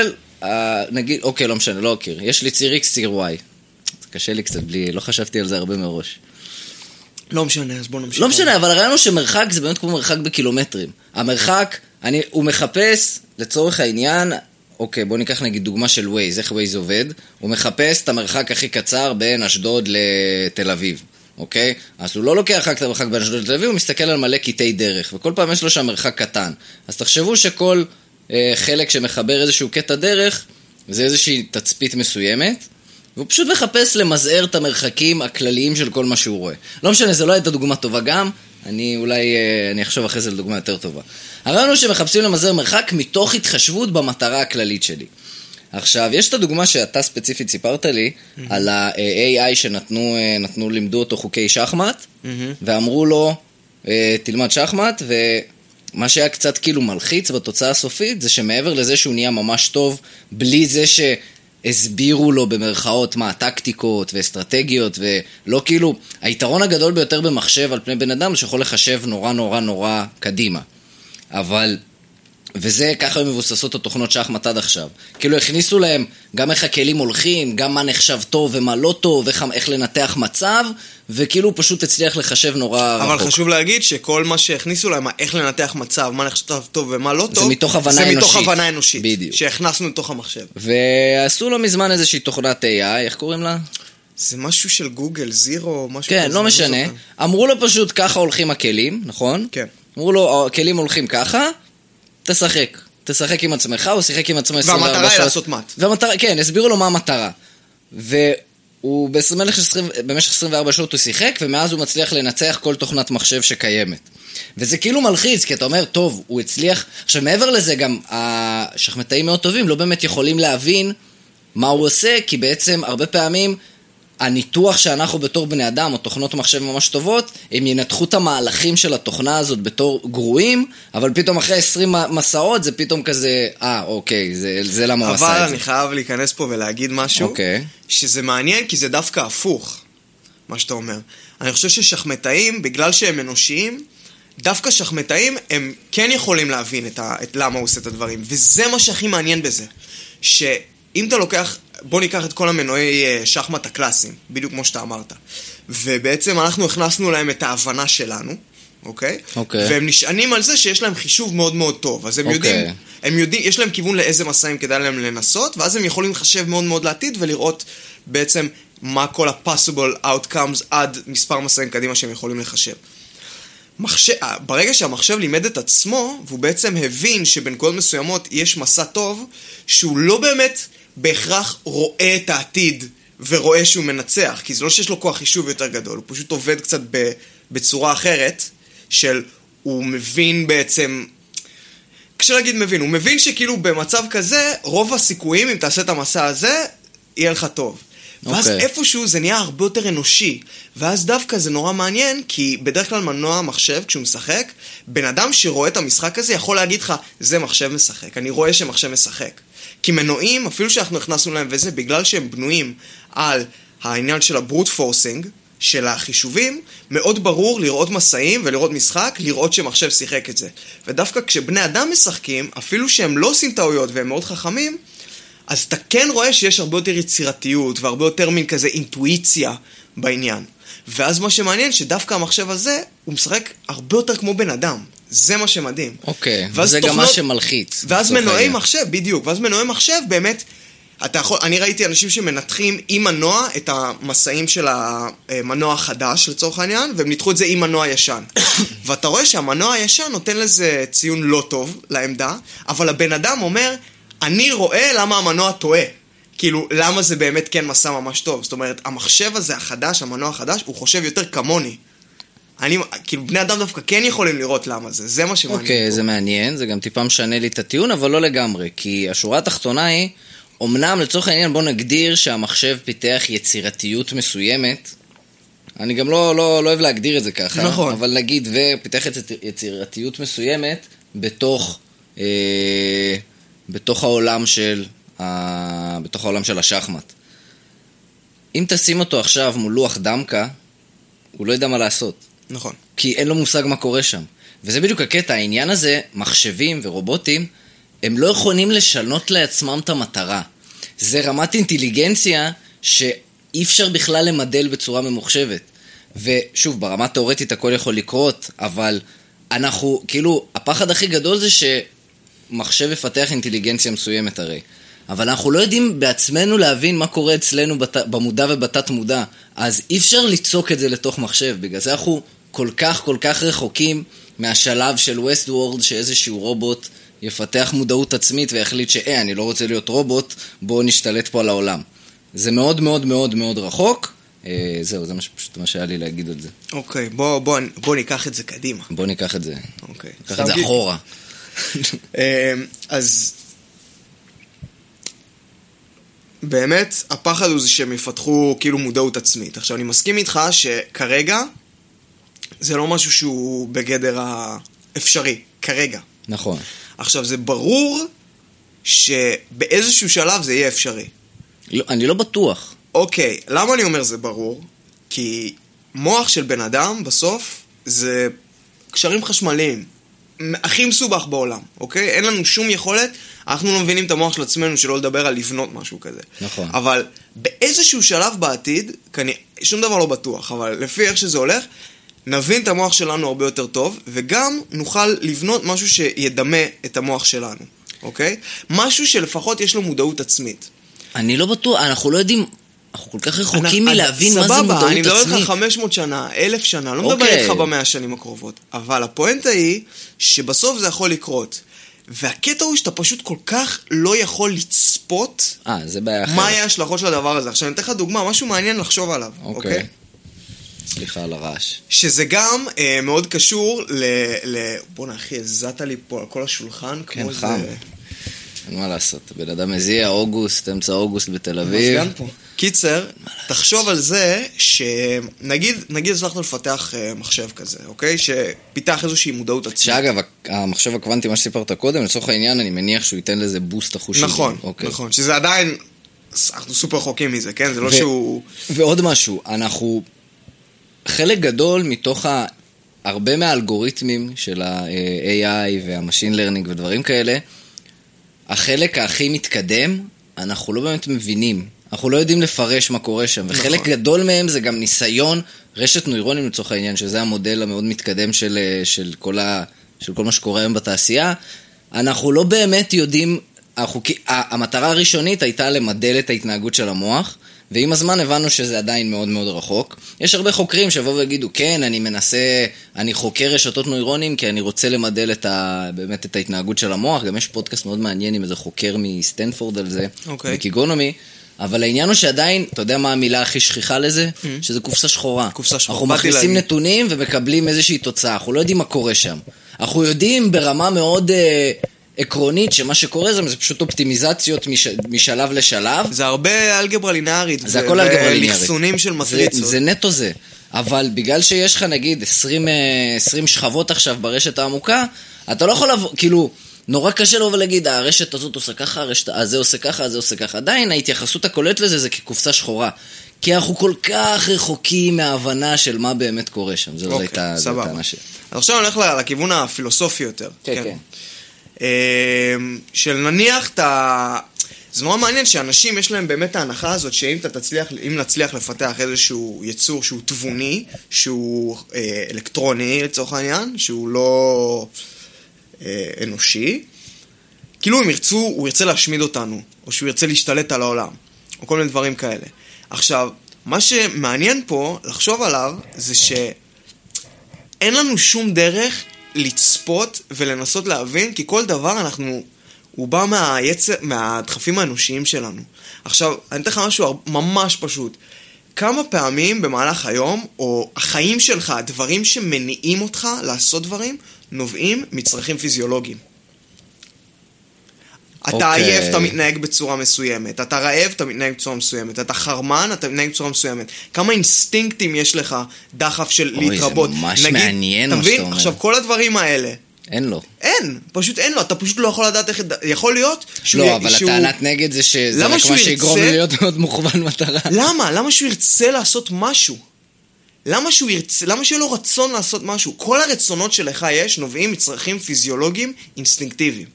Speaker 1: אה, נגיד, אוקיי, לא משנה, לא הקיר, יש לי ציר X, ציר Y. זה קשה לי קצת, בלי, לא חשבתי על זה הרבה מראש.
Speaker 2: לא משנה, אז בוא נמשיך.
Speaker 1: לא משנה, אבל הרעיון הוא שמרחק זה באמת כמו מרחק בקילומטרים. המרחק, אני, הוא מחפש, לצורך העניין, אוקיי, בוא ניקח נגיד דוגמה של ווייז, איך ווייז עובד? הוא מחפש את המרחק הכי קצר בין אשדוד לתל אביב. אוקיי? אז הוא לא לוקח רק את המרחק בין אשדוד לתל אביב, הוא מסתכל על מלא קטעי דרך, וכל פעם יש לו שם מרחק קטן. אז תחשבו שכל אה, חלק שמחבר איזשהו קטע דרך, זה איזושהי תצפית מסוימת, והוא פשוט מחפש למזער את המרחקים הכלליים של כל מה שהוא רואה. לא משנה, זו לא הייתה דוגמה טובה גם, אני אולי, אה, אני אחשוב אחרי זה לדוגמה יותר טובה. הרעיון הוא שמחפשים למזער מרחק מתוך התחשבות במטרה הכללית שלי. עכשיו, יש את הדוגמה שאתה ספציפית סיפרת לי, על ה-AI שנתנו, אה, נתנו, לימדו אותו חוקי שחמט,
Speaker 2: מהמם.
Speaker 1: ואמרו לו, אה, תלמד שחמט, ומה שהיה קצת כאילו מלחיץ בתוצאה הסופית, זה שמעבר לזה שהוא נהיה ממש טוב, בלי זה שהסבירו לו במרכאות מה הטקטיקות ואסטרטגיות, ולא כאילו, היתרון הגדול ביותר במחשב על פני בן אדם, זה שיכול לחשב נורא נורא נורא קדימה. אבל... וזה, ככה מבוססות התוכנות שחמט עד עכשיו. כאילו הכניסו להם גם איך הכלים הולכים, גם מה נחשב טוב ומה לא טוב, איך, איך לנתח מצב, וכאילו הוא פשוט הצליח לחשב נורא
Speaker 2: אבל
Speaker 1: רחוק.
Speaker 2: חשוב להגיד שכל מה שהכניסו להם, איך לנתח מצב, מה נחשב טוב ומה לא
Speaker 1: זה
Speaker 2: טוב,
Speaker 1: מתוך הבנה
Speaker 2: זה מתוך
Speaker 1: אנושית.
Speaker 2: הבנה אנושית.
Speaker 1: בדיוק.
Speaker 2: שהכנסנו לתוך המחשב.
Speaker 1: ועשו לא מזמן איזושהי תוכנת AI, איך קוראים לה?
Speaker 2: זה משהו של גוגל, זירו, משהו
Speaker 1: כן,
Speaker 2: כזה,
Speaker 1: לא
Speaker 2: אני
Speaker 1: משנה.
Speaker 2: זוכר.
Speaker 1: אמרו לו פשוט ככה הולכים הכלים, נכון?
Speaker 2: כן.
Speaker 1: אמרו לו, הכלים הולכים ככה, תשחק. תשחק עם עצמך, הוא שיחק עם עצמו 24 שעות.
Speaker 2: והמטרה היא לעשות מאט.
Speaker 1: והמטרה, כן, הסבירו לו מה המטרה. והוא במשך 20 במשך 24 שעות הוא שיחק, ומאז הוא מצליח לנצח כל תוכנת מחשב שקיימת. וזה כאילו מלחיץ, כי אתה אומר, טוב, הוא הצליח... עכשיו, מעבר לזה, גם השחמטאים מאוד טובים לא באמת יכולים להבין מה הוא עושה, כי בעצם הרבה פעמים הניתוח שאנחנו בתור בני אדם, או תוכנות מחשב ממש טובות, הם ינתחו את המהלכים של התוכנה הזאת בתור גרועים, אבל פתאום אחרי 20 מסעות זה פתאום כזה, אה, אוקיי, זה, זה למה הוא
Speaker 2: אבל
Speaker 1: עשה את זה.
Speaker 2: אני חייב להיכנס פה ולהגיד משהו,
Speaker 1: אוקיי.
Speaker 2: שזה מעניין כי זה דווקא הפוך, מה שאתה אומר. אני חושב ששחמטאים, בגלל שהם אנושיים, דווקא שחמטאים הם כן יכולים להבין את, ה, את למה הוא עושה את הדברים, וזה מה שהכי מעניין בזה. שאם אתה לוקח, בוא ניקח את כל המנועי אה, שחמט הקלאסיים, בדיוק כמו שאתה אמרת. ובעצם אנחנו הכנסנו להם את ההבנה שלנו, אוקיי?
Speaker 1: אוקיי.
Speaker 2: והם נשענים על זה שיש להם חישוב מאוד מאוד טוב, אז הם
Speaker 1: אוקיי.
Speaker 2: יודעים, הם יודעים, יש להם כיוון לאיזה מסעים כדאי להם לנסות, ואז הם יכולים לחשב מאוד מאוד לעתיד ולראות בעצם מה כל ה-possible outcomes עד מספר מסעים קדימה שהם יכולים לחשב. מחשב, אה, ברגע שהמחשב לימד את עצמו, והוא בעצם הבין שבנקודות מסוימות יש מסע טוב, שהוא לא באמת בהכרח רואה את העתיד ורואה שהוא מנצח, כי זה לא שיש לו כוח חישוב יותר גדול, הוא פשוט עובד קצת ב, בצורה אחרת, של הוא מבין בעצם קשה להגיד מבין, הוא מבין שכאילו במצב כזה, רוב הסיכויים, אם תעשה את המסע הזה, יהיה לך טוב. ואז
Speaker 1: אוקיי.
Speaker 2: איפשהו זה נהיה הרבה יותר אנושי. ואז דווקא זה נורא מעניין, כי בדרך כלל מנוע מחשב, כשהוא משחק, בן אדם שרואה את המשחק הזה יכול להגיד לך, זה מחשב משחק, אני רואה שמחשב משחק. כי מנועים, אפילו שאנחנו הכנסנו להם וזה, בגלל שהם בנויים על העניין של הברוט פורסינג, של החישובים, מאוד ברור לראות מסעים ולראות משחק, לראות שמחשב שיחק את זה. ודווקא כשבני אדם משחקים, אפילו שהם לא עושים טעויות והם מאוד חכמים, אז אתה כן רואה שיש הרבה יותר יצירתיות והרבה יותר מין כזה אינטואיציה בעניין. ואז מה שמעניין, שדווקא המחשב הזה, הוא משחק הרבה יותר כמו בן אדם. זה מה שמדהים.
Speaker 1: אוקיי,
Speaker 2: ואז
Speaker 1: זה גם
Speaker 2: תוכנות-
Speaker 1: מה שמלחיץ.
Speaker 2: ואז
Speaker 1: לצורך
Speaker 2: מנועי
Speaker 1: העניין.
Speaker 2: מחשב, בדיוק, ואז מנועי מחשב באמת, אתה יכול, אני ראיתי אנשים שמנתחים עם מנוע את המסעים של המנוע החדש לצורך העניין, והם ניתחו את זה עם מנוע ישן. ואתה רואה שהמנוע הישן נותן לזה ציון לא טוב לעמדה, אבל הבן אדם אומר, אני רואה למה המנוע טועה. כאילו, למה זה באמת כן מסע ממש טוב? זאת אומרת, המחשב הזה החדש, המנוע החדש, הוא חושב יותר כמוני. אני, כאילו, בני אדם דווקא כן יכולים לראות למה זה, זה מה שמעניין.
Speaker 1: אוקיי, זה מעניין, זה גם טיפה משנה לי את הטיעון, אבל לא לגמרי, כי השורה התחתונה היא, אמנם לצורך העניין בוא נגדיר שהמחשב פיתח יצירתיות מסוימת, אני גם לא, לא, לא אוהב להגדיר את זה ככה.
Speaker 2: נכון.
Speaker 1: אבל נגיד, ופיתח יציר- יצירתיות מסוימת בתוך, אה, בתוך העולם של ה, בתוך העולם של השחמט. אם תשים אותו עכשיו מול לוח דמקה, הוא לא ידע מה לעשות.
Speaker 2: נכון.
Speaker 1: כי אין לו מושג מה קורה שם. וזה בדיוק הקטע, העניין הזה, מחשבים ורובוטים, הם לא יכולים לשנות לעצמם את המטרה. זה רמת אינטליגנציה שאי אפשר בכלל למדל בצורה ממוחשבת. ושוב, ברמה התיאורטית הכל יכול לקרות, אבל אנחנו, כאילו, הפחד הכי גדול זה שמחשב יפתח אינטליגנציה מסוימת הרי. אבל אנחנו לא יודעים בעצמנו להבין מה קורה אצלנו בת... במודע ובתת מודע. אז אי אפשר ליצוק את זה לתוך מחשב, בגלל זה אנחנו כל כך כל כך רחוקים מהשלב של ווסט וורד שאיזשהו רובוט יפתח מודעות עצמית ויחליט שאה, אני לא רוצה להיות רובוט, בואו נשתלט פה על העולם. זה מאוד מאוד מאוד מאוד רחוק. אה, זהו, זה מה, ש- פשוט מה שהיה לי להגיד על זה.
Speaker 2: אוקיי, בוא, בוא, בוא ניקח את זה קדימה.
Speaker 1: בואו ניקח את זה,
Speaker 2: אוקיי.
Speaker 1: ניקח את זה אחורה.
Speaker 2: אה, אז באמת, הפחד הוא זה שהם יפתחו כאילו מודעות עצמית. עכשיו, אני מסכים איתך שכרגע זה לא משהו שהוא בגדר האפשרי, כרגע.
Speaker 1: נכון.
Speaker 2: עכשיו, זה ברור שבאיזשהו שלב זה יהיה אפשרי.
Speaker 1: לא, אני לא בטוח.
Speaker 2: אוקיי, למה אני אומר זה ברור? כי מוח של בן אדם בסוף זה קשרים חשמליים. מ- הכי מסובך בעולם, אוקיי? אין לנו שום יכולת, אנחנו לא מבינים את המוח של עצמנו, שלא לדבר על לבנות משהו כזה.
Speaker 1: נכון.
Speaker 2: אבל באיזשהו שלב בעתיד, כנראה, שום דבר לא בטוח, אבל לפי איך שזה הולך, נבין את המוח שלנו הרבה יותר טוב, וגם נוכל לבנות משהו שידמה את המוח שלנו, אוקיי? משהו שלפחות יש לו מודעות עצמית.
Speaker 1: אני לא בטוח, אנחנו לא יודעים, אנחנו כל כך רחוקים
Speaker 2: אנחנו-
Speaker 1: מלהבין מה זה
Speaker 2: סבבה, אני
Speaker 1: מודעות
Speaker 2: מדבר איתך
Speaker 1: עצמית.
Speaker 2: 500 שנה, 1,000 שנה, לא מדבר
Speaker 1: אוקיי.
Speaker 2: איתך במאה השנים הקרובות. אבל הפואנטה היא שבסוף זה יכול לקרות. והקטע הוא שאתה פשוט כל כך לא יכול לצפות
Speaker 1: אה, זה בעיה
Speaker 2: מה
Speaker 1: אחרת.
Speaker 2: יהיה ההשלכות של הדבר הזה. עכשיו אני אתן לך דוגמה, משהו מעניין לחשוב עליו, אוקיי?
Speaker 1: אוקיי. סליחה על הרעש.
Speaker 2: שזה גם אה, מאוד קשור ל... ל... בואנה אחי, הזעת לי פה על כל השולחן
Speaker 1: כן,
Speaker 2: כמו איזה...
Speaker 1: חם. אין מה לעשות, הבן אדם מזיע, אוגוסט, אמצע אוגוסט בתל אביב.
Speaker 2: מזגן פה. קיצר, תחשוב על זה שנגיד נגיד הצלחנו לפתח אה, מחשב כזה, אוקיי? שפיתח איזושהי מודעות עצמית.
Speaker 1: שאגב, המחשב הקוונטי, מה שסיפרת קודם, לצורך העניין, אני מניח שהוא ייתן לזה בוסט החושי.
Speaker 2: נכון,
Speaker 1: אוקיי.
Speaker 2: נכון. שזה עדיין, אנחנו סופר רחוקים מזה, כן? זה לא
Speaker 1: ו-
Speaker 2: שהוא...
Speaker 1: ועוד משהו, אנחנו... חלק גדול מתוך ה... הרבה מהאלגוריתמים של ה-AI וה-Machine Learning ודברים כאלה, החלק הכי מתקדם, אנחנו לא באמת מבינים. אנחנו לא יודעים לפרש מה קורה שם, וחלק
Speaker 2: נכון.
Speaker 1: גדול מהם זה גם ניסיון, רשת נוירונים לצורך העניין, שזה המודל המאוד מתקדם של, אה, של, כל, ה, של כל מה שקורה היום בתעשייה. אנחנו לא באמת יודעים, אנחנו, כי- ה- המטרה הראשונית הייתה למדל את ההתנהגות של המוח, ועם הזמן הבנו שזה עדיין מאוד מאוד רחוק. יש הרבה חוקרים שיבואו ויגידו, כן, אני מנסה, אני חוקר רשתות נוירונים כי אני רוצה למדל את ה, באמת את ההתנהגות של המוח. גם יש פודקאסט מאוד מעניין עם איזה חוקר מסטנפורד על זה,
Speaker 2: אוקיי.
Speaker 1: בקיגונומי. אבל העניין הוא שעדיין, אתה יודע מה המילה הכי שכיחה לזה? שזה קופסה שחורה.
Speaker 2: Mm. קופסה שחורה.
Speaker 1: אנחנו
Speaker 2: באתי
Speaker 1: מכניסים
Speaker 2: להגיד.
Speaker 1: נתונים ומקבלים איזושהי תוצאה, אנחנו לא יודעים מה קורה שם. אנחנו יודעים ברמה מאוד אה, עקרונית שמה שקורה שם זה פשוט אופטימיזציות מש, משלב לשלב,
Speaker 2: זה הרבה אלגברה לינארית.
Speaker 1: זה הכל אלגברה ליניארית.
Speaker 2: ולחסונים של מטריצות.
Speaker 1: זה, זה נטו זה. אבל בגלל שיש לך נגיד 20, אה, 20 שכבות עכשיו ברשת העמוקה, אתה לא יכול לבוא, כאילו, נורא קשה לבוא ולהגיד, "אה, הרשת הזאת עושה ככה, הרשת הזה עושה ככה, הזה עושה ככה. עדיין ההתייחסות הכוללת לזה זה כקופסה שחורה. כי אנחנו כל כך רחוקים מההבנה של מה באמת קורה שם. זו זו
Speaker 2: אוקיי,
Speaker 1: הייתה זו
Speaker 2: סבבה.
Speaker 1: הטענה ש...
Speaker 2: אז עכשיו אני הולך ל- לכיוון הפילוסופי יותר.
Speaker 1: כן, כן.
Speaker 2: אמ, של נניח אתה... זה נורא מעניין שאנשים יש להם באמת ההנחה הזאת שאם אתה תצליח, אם נצליח לפתח איזשהו יצור שהוא תבוני, שהוא אה, אלקטרוני לצורך העניין, שהוא לא אה, אנושי, כאילו אם ירצו, הוא ירצה להשמיד אותנו, או שהוא ירצה להשתלט על העולם, או כל מיני דברים כאלה. עכשיו, מה שמעניין פה לחשוב עליו זה ש... אין לנו שום דרך לצפות ולנסות להבין, כי כל דבר אנחנו... הוא בא מהיצר, מהדחפים האנושיים שלנו. עכשיו, אני אתן לך משהו הר- ממש פשוט. כמה פעמים במהלך היום, או החיים שלך, הדברים שמניעים אותך לעשות דברים, נובעים מצרכים פיזיולוגיים. אתה
Speaker 1: אוקיי.
Speaker 2: עייף, אתה מתנהג בצורה מסוימת. אתה רעב, אתה מתנהג בצורה מסוימת. אתה חרמן, אתה מתנהג בצורה מסוימת. כמה אינסטינקטים יש לך דחף של
Speaker 1: אוי, זה
Speaker 2: להתרבות.
Speaker 1: ממש מעניין
Speaker 2: אתה
Speaker 1: מה
Speaker 2: מבין?
Speaker 1: שאתה אומר.
Speaker 2: עכשיו, כל הדברים האלה,
Speaker 1: אין לו.
Speaker 2: אין, פשוט אין לו, אתה פשוט לא יכול לדעת איך... יכול להיות שהוא...
Speaker 1: לא, אבל הטענת נגד זה שזה
Speaker 2: למה
Speaker 1: רק
Speaker 2: שהוא
Speaker 1: מה שיגרום
Speaker 2: ירצה?
Speaker 1: לי להיות מאוד מוכוון מטרה.
Speaker 2: למה? למה שהוא ירצה לעשות משהו? למה שהוא ירצה... למה שיהיה לו רצון לעשות משהו? כל הרצונות שלך יש נובעים מצרכים פיזיולוגיים אינסטינקטיביים.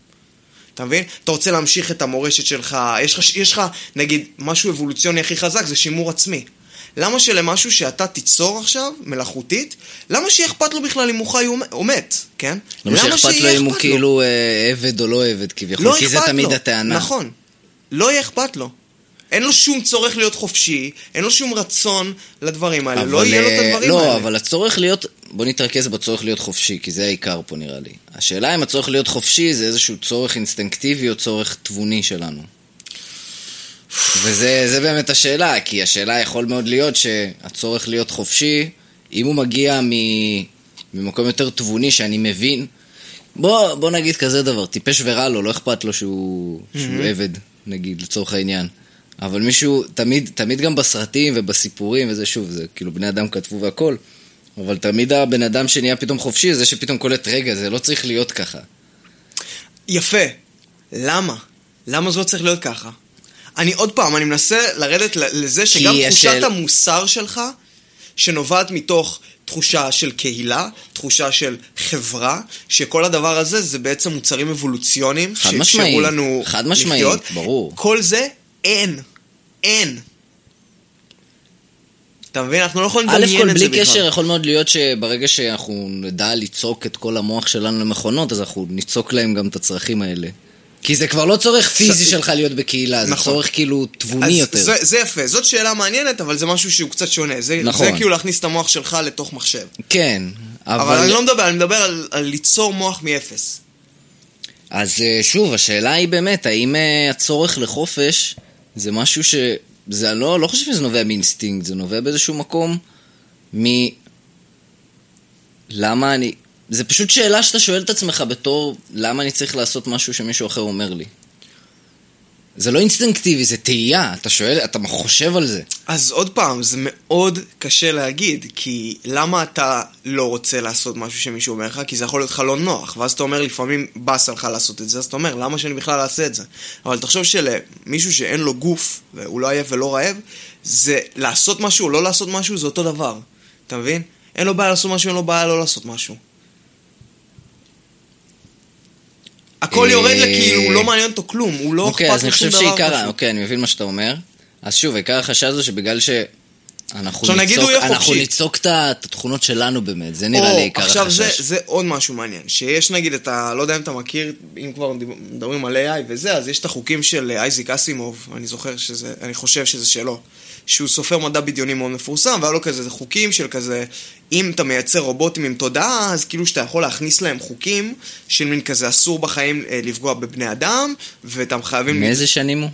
Speaker 2: אתה מבין? אתה רוצה להמשיך את המורשת שלך, יש לך, יש לך נגיד, משהו אבולוציוני הכי חזק זה שימור עצמי. למה שלמשהו שאתה תיצור עכשיו, מלאכותית, למה שיהיה אכפת לו בכלל אם הוא חי או מת, כן?
Speaker 1: למה שאכפת לו
Speaker 2: שיהיה
Speaker 1: אם הוא
Speaker 2: אכפת לו?
Speaker 1: כאילו אה, עבד או לא עבד כביכול, כי זה
Speaker 2: אכפת
Speaker 1: תמיד
Speaker 2: לו.
Speaker 1: הטענה.
Speaker 2: נכון. לא יהיה אכפת לו. אין לו שום צורך להיות חופשי, אין לו שום רצון לדברים האלה. לא
Speaker 1: אבל,
Speaker 2: יהיה לו את
Speaker 1: אה,
Speaker 2: הדברים
Speaker 1: לא,
Speaker 2: האלה.
Speaker 1: אבל הצורך להיות, בוא נתרכז בצורך להיות חופשי, כי זה העיקר פה נראה לי. השאלה אם הצורך להיות חופשי זה איזשהו צורך אינסטינקטיבי או צורך תבוני שלנו. וזה זה באמת השאלה, כי השאלה יכול מאוד להיות שהצורך להיות חופשי, אם הוא מגיע מ, ממקום יותר תבוני שאני מבין, בוא, בוא נגיד כזה דבר, טיפש ורע לו, לא אכפת לו שהוא,
Speaker 2: Mhm.
Speaker 1: שהוא עבד, נגיד, לצורך העניין. אבל מישהו, תמיד, תמיד גם בסרטים ובסיפורים, וזה שוב, זה כאילו בני אדם כתבו והכל, אבל תמיד הבן אדם שנהיה פתאום חופשי, זה שפתאום קולט, רגע, זה לא צריך להיות ככה.
Speaker 2: יפה. למה? למה זה לא צריך להיות ככה? אני עוד פעם, אני מנסה לרדת ל- לזה שגם
Speaker 1: כי
Speaker 2: תחושת
Speaker 1: השאל-
Speaker 2: המוסר שלך, שנובעת מתוך תחושה של קהילה, תחושה של חברה, שכל הדבר הזה זה בעצם מוצרים אבולוציוניים,
Speaker 1: חד
Speaker 2: שאפשרו
Speaker 1: משמעית,
Speaker 2: לנו
Speaker 1: חד משמעית,
Speaker 2: לחיות.
Speaker 1: ברור.
Speaker 2: כל זה אין. אין. אתה מבין? אנחנו לא יכולים
Speaker 1: א'
Speaker 2: לדמיין
Speaker 1: כל,
Speaker 2: את זה
Speaker 1: בלי
Speaker 2: בכלל.
Speaker 1: קשר, יכול מאוד להיות שברגע שאנחנו נדע ליצוק את כל המוח שלנו למכונות, אז אנחנו ניצוק להם גם את הצרכים האלה. כי זה כבר לא צורך פיזי
Speaker 2: ס-
Speaker 1: שלך להיות בקהילה, זה
Speaker 2: נכון.
Speaker 1: צורך כאילו
Speaker 2: אז
Speaker 1: תבוני יותר.
Speaker 2: זה, זה יפה, זאת שאלה מעניינת, אבל זה משהו שהוא קצת שונה. זה,
Speaker 1: נכון.
Speaker 2: זה כאילו להכניס את המוח שלך לתוך מחשב.
Speaker 1: כן,
Speaker 2: אבל, אבל
Speaker 1: אבל...
Speaker 2: אני לא מדבר, אני מדבר על, על ליצור מוח מאפס.
Speaker 1: אז אה, שוב, השאלה היא באמת, האם אה, הצורך לחופש זה משהו ש... זה אני לא, לא חושב שזה נובע מאינסטינקט, זה נובע באיזשהו מקום מ... למה אני... זה פשוט שאלה שאתה שואל את עצמך בתור למה אני צריך לעשות משהו שמישהו אחר אומר לי. זה לא אינסטינקטיבי, זה תהייה, אתה שואל, אתה חושב על זה.
Speaker 2: אז עוד פעם, זה מאוד קשה להגיד, כי למה אתה לא רוצה לעשות משהו שמישהו אומר לך? כי זה יכול להיות לך לא נוח, ואז אתה אומר, לפעמים באס לך לעשות את זה, אז אתה אומר, למה שאני בכלל אעשה את זה? אבל תחשוב שלמישהו שאין לו גוף, והוא לא עייף ולא רעב, זה לעשות משהו או לא לעשות משהו, זה אותו דבר. אתה מבין? אין לו בעיה לעשות משהו, אין לו בעיה לא לעשות משהו. הכל
Speaker 1: אה,
Speaker 2: יורד לכאילו, לא מעניין אותו כלום, הוא לא
Speaker 1: אוקיי,
Speaker 2: אכפת
Speaker 1: אז
Speaker 2: לו
Speaker 1: אני
Speaker 2: שום
Speaker 1: חושב
Speaker 2: דבר.
Speaker 1: שעיקר,
Speaker 2: פשוט.
Speaker 1: אוקיי, אני מבין מה שאתה אומר. אז שוב, עיקר החשש זה שבגלל שאנחנו
Speaker 2: עכשיו, נגיד
Speaker 1: ניצוק,
Speaker 2: הוא יהיה
Speaker 1: אנחנו
Speaker 2: חופשי.
Speaker 1: ניצוק את ה- את התכונות שלנו באמת, זה נראה
Speaker 2: או,
Speaker 1: לי עיקר
Speaker 2: עכשיו זה,
Speaker 1: החשש.
Speaker 2: זה עוד משהו מעניין, שיש נגיד את ה... לא יודע אם אתה מכיר, אם כבר דיב- מדברים על AI וזה, אז יש את החוקים של אייזיק אסימוב, אני זוכר שזה, אני חושב שזה שלו, שהוא סופר מדע בדיוני מאוד מפורסם, והיה לו כזה זה חוקים של כזה, אם אתה מייצר רובוטים עם תודעה, אז כאילו שאתה יכול להכניס להם חוקים של מין כזה אסור בחיים אה, לפגוע בבני אדם, ואתם חייבים...
Speaker 1: מאיזה שנים הוא?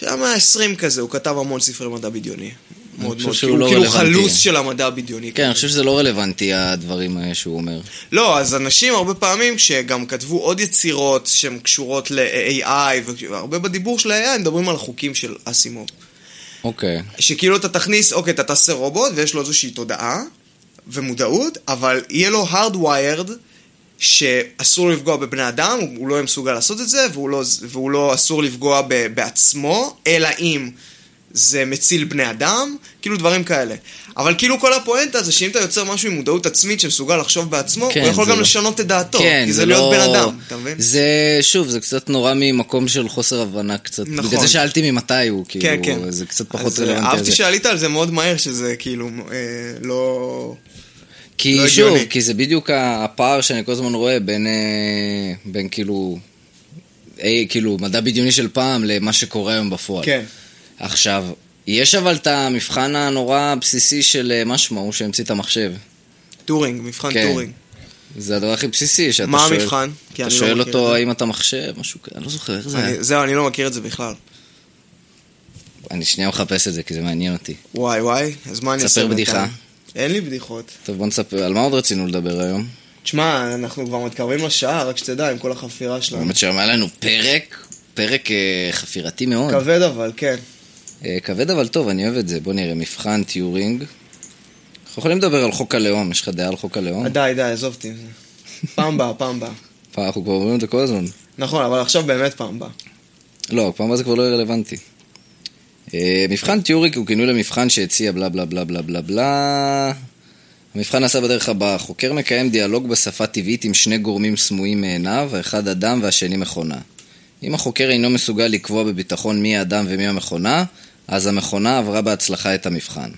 Speaker 2: שהיה מאה ה-20 כזה, הוא כתב המון ספרי מדע בדיוני. מאוד
Speaker 1: חושב
Speaker 2: מאוד,
Speaker 1: שהוא
Speaker 2: כאילו,
Speaker 1: לא
Speaker 2: כאילו
Speaker 1: רלוונטי.
Speaker 2: חלוץ של המדע הבדיוני.
Speaker 1: כן, אני חושב שזה לא רלוונטי הדברים האלה שהוא אומר.
Speaker 2: לא, אז אנשים הרבה פעמים שגם כתבו עוד יצירות שהן קשורות ל-AI, והרבה בדיבור של ה-AI מדברים על החוקים של אסימוב.
Speaker 1: אוקיי.
Speaker 2: שכאילו אתה תכניס, אוקיי, אתה תעשה רובוט ויש לו איזושהי תודעה ומודעות, אבל יהיה לו hardwired שאסור לפגוע בבני אדם, הוא- הוא לא יהיה מסוגל לעשות את זה, והוא לא, והוא לא אסור לפגוע ב, בעצמו, אלא אם זה מציל בני אדם, כאילו דברים כאלה. אבל כאילו כל הפואנטה זה שאם אתה יוצר משהו עם מודעות עצמית שמסוגל לחשוב בעצמו,
Speaker 1: כן,
Speaker 2: הוא יכול
Speaker 1: זה
Speaker 2: גם
Speaker 1: לא-
Speaker 2: לשנות את דעתו,
Speaker 1: כן,
Speaker 2: כי זה,
Speaker 1: זה
Speaker 2: להיות
Speaker 1: לא...
Speaker 2: בן אדם, אתה מבין?
Speaker 1: זה, שוב, זה קצת נורא ממקום של חוסר הבנה קצת.
Speaker 2: נכון.
Speaker 1: בגלל זה שאלתי ממתי הוא, כאילו,
Speaker 2: כן, כן.
Speaker 1: זה קצת פחות
Speaker 2: אז, אה,
Speaker 1: רלוונטי.
Speaker 2: אהבתי
Speaker 1: הזה.
Speaker 2: שעלית על זה מאוד מהר, שזה כאילו אה, לא...
Speaker 1: כי
Speaker 2: לא
Speaker 1: שוב,
Speaker 2: הגיוני.
Speaker 1: כי זה בדיוק הפער שאני כל הזמן רואה בין, אה, בין כאילו, אי, כאילו מדע בדיוני של פעם למה שקורה היום בפועל.
Speaker 2: כן.
Speaker 1: עכשיו, יש אבל את המבחן הנורא הבסיסי של אה, מה שמו, הוא שהמציא את המחשב.
Speaker 2: טורינג, מבחן
Speaker 1: כן.
Speaker 2: טורינג.
Speaker 1: זה הדבר הכי בסיסי שאתה
Speaker 2: מה
Speaker 1: שואל.
Speaker 2: המבחן? כי
Speaker 1: אתה
Speaker 2: אני לא
Speaker 1: שואל
Speaker 2: מכיר את
Speaker 1: אותו אה,
Speaker 2: זה.
Speaker 1: האם אתה מחשב, משהו כזה, אני לא זוכר איך זה היה.
Speaker 2: אני- זהו, אני לא מכיר את זה בכלל.
Speaker 1: אני שנייה מחפש את זה כי זה מעניין אותי.
Speaker 2: וואי וואי, אז מה אני
Speaker 1: תספר
Speaker 2: אעשה?
Speaker 1: בדיחה.
Speaker 2: בינתיים? אין לי בדיחות.
Speaker 1: טוב, בוא נספר, על מה עוד רצינו לדבר היום?
Speaker 2: תשמע, אנחנו כבר מתקרבים לשעה, רק שתדע, עם כל החפירה שלנו.
Speaker 1: באמת שם היה לנו פרק, פרק אה, חפירתי מאוד.
Speaker 2: כבד אבל, כן.
Speaker 1: אה, כבד אבל טוב, אני אוהב את זה. בוא נראה, מבחן טיורינג. אנחנו יכולים לדבר על חוק הלאום, יש לך דעה על חוק הלאום?
Speaker 2: אה, די, די, עזוב אותי. עם זה. פעם באה, פעם באה.
Speaker 1: פעם, אנחנו כבר אומרים את זה כל הזמן.
Speaker 2: נכון, אבל עכשיו באמת פעם באה.
Speaker 1: לא, פעם הבאה זה כבר לא יהיה רלוונטי. אה, מבחן טיורינג הוא כינוי למבחן שהציע בלה בלה בלה בלה בלה בלה. המבחן נעשה בדרך הבאה, חוקר מקיים דיאלוג בשפה טבעית עם שני גורמים סמויים מעיניו, האחד אדם והשני מכונה. אם החוקר אינו מסוגל לקבוע בביטחון מי האדם ומי המכונה, אז המכונה עברה בהצלחה את המבחן.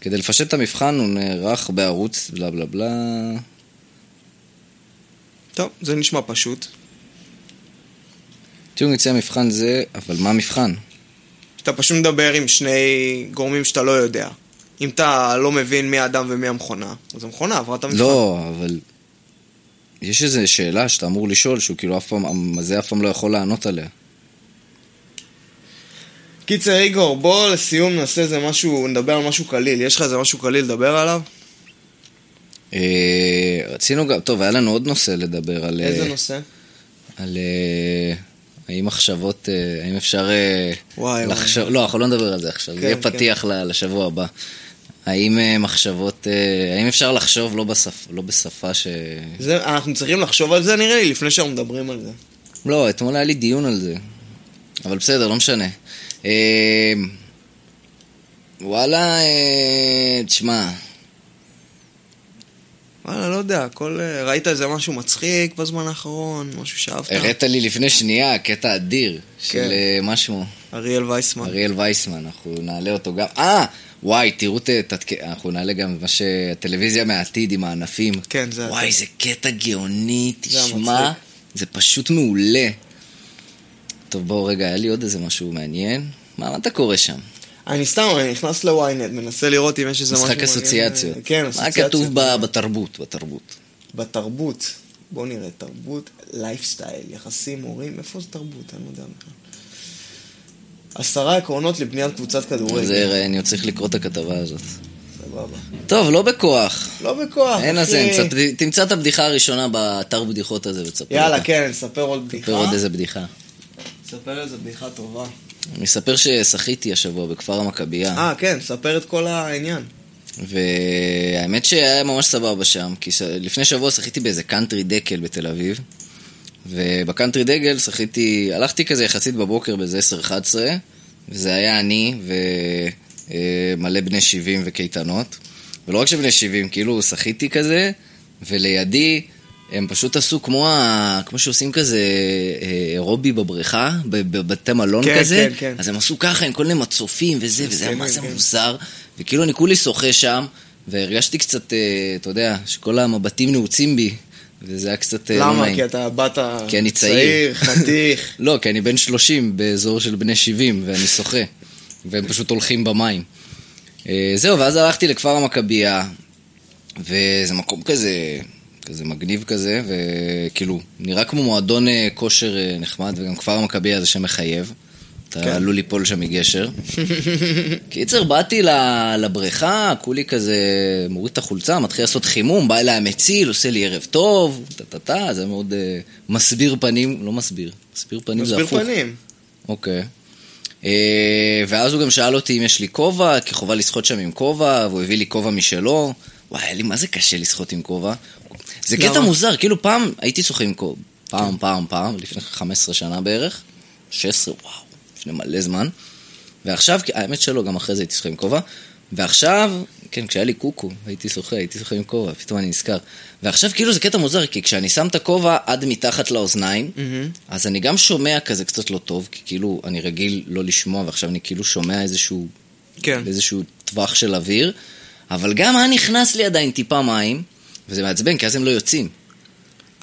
Speaker 1: כדי לפשט את המבחן הוא נערך בערוץ בלה בלה בלה...
Speaker 2: טוב, זה נשמע פשוט.
Speaker 1: טיורינג הציע מבחן זה, אבל מה המבחן?
Speaker 2: אתה פשוט מדבר עם שני גורמים שאתה לא יודע. אם אתה לא מבין מי האדם ומי המכונה, אז המכונה עברה את המבחן.
Speaker 1: לא, אבל... יש איזו שאלה שאתה אמור לשאול, שהוא כאילו אף פעם, זה אף פעם לא יכול לענות עליה.
Speaker 2: קיצר, איגור, בוא לסיום נעשה איזה משהו, נדבר על משהו קליל. יש לך איזה משהו קליל לדבר עליו?
Speaker 1: אה, רצינו גם, טוב, היה לנו עוד נושא לדבר על... אה,
Speaker 2: איזה נושא?
Speaker 1: על אה, האם מחשבות, אה, האם אפשר אה,
Speaker 2: וואי, וואי.
Speaker 1: לחשוב, לא, אנחנו לא נדבר על זה עכשיו, זה
Speaker 2: כן,
Speaker 1: יהיה
Speaker 2: כן.
Speaker 1: פתיח ל- לשבוע הבא. האם אה, מחשבות, אה, האם אפשר לחשוב לא בשפ- לא בשפה ש...
Speaker 2: זה, אנחנו צריכים לחשוב על זה נראה לי לפני שאנחנו מדברים על זה.
Speaker 1: לא, אתמול היה לי דיון על זה. אבל בסדר, לא משנה. אה, וואלה, אה, תשמע,
Speaker 2: וואלה, לא יודע, כל... אה, ראית איזה משהו מצחיק בזמן האחרון? משהו שאהבת?
Speaker 1: הראת לי לפני שנייה קטע אדיר
Speaker 2: כן.
Speaker 1: של אה, מה שמו,
Speaker 2: אריאל וייסמן.
Speaker 1: אריאל וייסמן, אנחנו נעלה אותו גם. אה, וואי, תראו, ת- תתק- אנחנו נעלה גם מה שהטלוויזיה מהעתיד עם הענפים.
Speaker 2: כן, זה-
Speaker 1: וואי, זה קטע גאוני,
Speaker 2: זה היה
Speaker 1: תשמע,
Speaker 2: מצחיק.
Speaker 1: זה פשוט מעולה. טוב, בואו רגע, היה לי עוד איזה משהו מעניין. מה, מה אתה קורא שם?
Speaker 2: אני סתם, אני נכנס ל-ynet, מנסה לראות אם יש איזה משהו...
Speaker 1: משחק
Speaker 2: מעניין.
Speaker 1: אסוציאציות.
Speaker 2: כן,
Speaker 1: מה
Speaker 2: אסוציאציות.
Speaker 1: כתוב ב- בתרבות, בתרבות?
Speaker 2: בתרבות, בואו נראה, תרבות, לייפסטייל, יחסים, הורים, איפה זה תרבות? אני לא יודע בכלל. עשרה עקרונות לבניית קבוצת כדורגל.
Speaker 1: זה, אני עוד צריך לקרוא את הכתבה הזאת.
Speaker 2: סבבה.
Speaker 1: טוב, לא בכוח.
Speaker 2: לא בכוח,
Speaker 1: אין
Speaker 2: אחי.
Speaker 1: אז אין, תספ- תמצא את הבדיחה הראשונה באתר בדיחות הזה ותספר
Speaker 2: יאללה,
Speaker 1: אותה.
Speaker 2: כן, נספר עוד בדיחה.
Speaker 1: תספר עוד איזה בדיחה.
Speaker 2: נספר איזה בדיחה טובה.
Speaker 1: אני אספר ששחיתי השבוע בכפר המכבייה,
Speaker 2: אה, כן, ספר את כל העניין.
Speaker 1: והאמת שהיה ממש סבבה שם, כי ש- לפני שבוע שחיתי באיזה קאנטרי דקל בתל אביב, ובקאנטרי דגל שחיתי, הלכתי כזה יחסית בבוקר באיזה 10-11, וזה היה אני ומלא בני 70 וקייטנות. ולא רק שבני 70, כאילו שחיתי כזה, ולידי הם פשוט עשו כמו, ה... כמו שעושים כזה אה, אירובי בבריכה, ב- בבתי מלון
Speaker 2: כן,
Speaker 1: כזה.
Speaker 2: כן, כן.
Speaker 1: אז הם עשו ככה עם כל מיני מצופים וזה, וזה היה מה זה
Speaker 2: כן.
Speaker 1: מוזר. וכאילו אני כולי שוחה שם, והרגשתי קצת, אה, אתה יודע, שכל המבטים נעוצים בי, וזה היה קצת אה, לא נעים.
Speaker 2: למה? כי אתה באת
Speaker 1: כי אני צעיר.
Speaker 2: חתיך.
Speaker 1: לא, כי אני בן 30 באזור של בני 70, ואני שוחה. והם פשוט הולכים במים. אה, זהו, ואז הלכתי לכפר המכבייה, וזה מקום כזה, כזה מגניב כזה, וכאילו, נראה כמו מועדון אה, כושר אה, נחמד, וגם כפר המכבייה זה שם מחייב. אתה
Speaker 2: כן.
Speaker 1: עלול ליפול שם מגשר. קיצר, באתי ל- לבריכה, כולי כזה מוריד את החולצה, מתחיל לעשות חימום, בא אליי המציל, עושה לי ערב טוב, טה-טה-טה, זה מאוד אה, מסביר פנים, לא מסביר, מסביר פנים זה
Speaker 2: מסביר
Speaker 1: הפוך.
Speaker 2: פנים.
Speaker 1: אוקיי. אה, ואז הוא גם שאל אותי אם יש לי כובע, כי חובה לשחות שם עם כובע, והוא הביא לי כובע משלו. וואי, היה לי מה זה קשה לשחות עם כובע. זה
Speaker 2: למה?
Speaker 1: קטע מוזר, כאילו פעם הייתי שוחה עם כובע. פעם, פעם, פעם, לפני 15 שנה בערך. 16, וואו, לפני מלא זמן. ועכשיו, כי- האמת שלא, גם אחרי זה הייתי שוחה עם כובע. ועכשיו, כן, כשהיה לי קוקו, הייתי שוחה, הייתי שוחה עם כובע, פתאום אני נזכר. ועכשיו, כאילו, זה קטע מוזר, כי כשאני שם את הכובע עד מתחת לאוזניים,
Speaker 2: מהמם.
Speaker 1: אז אני גם שומע כזה קצת לא טוב, כי כאילו, אני רגיל לא לשמוע, ועכשיו אני כאילו שומע איזשהו,
Speaker 2: כן.
Speaker 1: איזשהו טווח של אוויר, אבל גם היה נכנס לי עדיין טיפה מים, וזה מעצבן, כי אז הם לא יוצאים.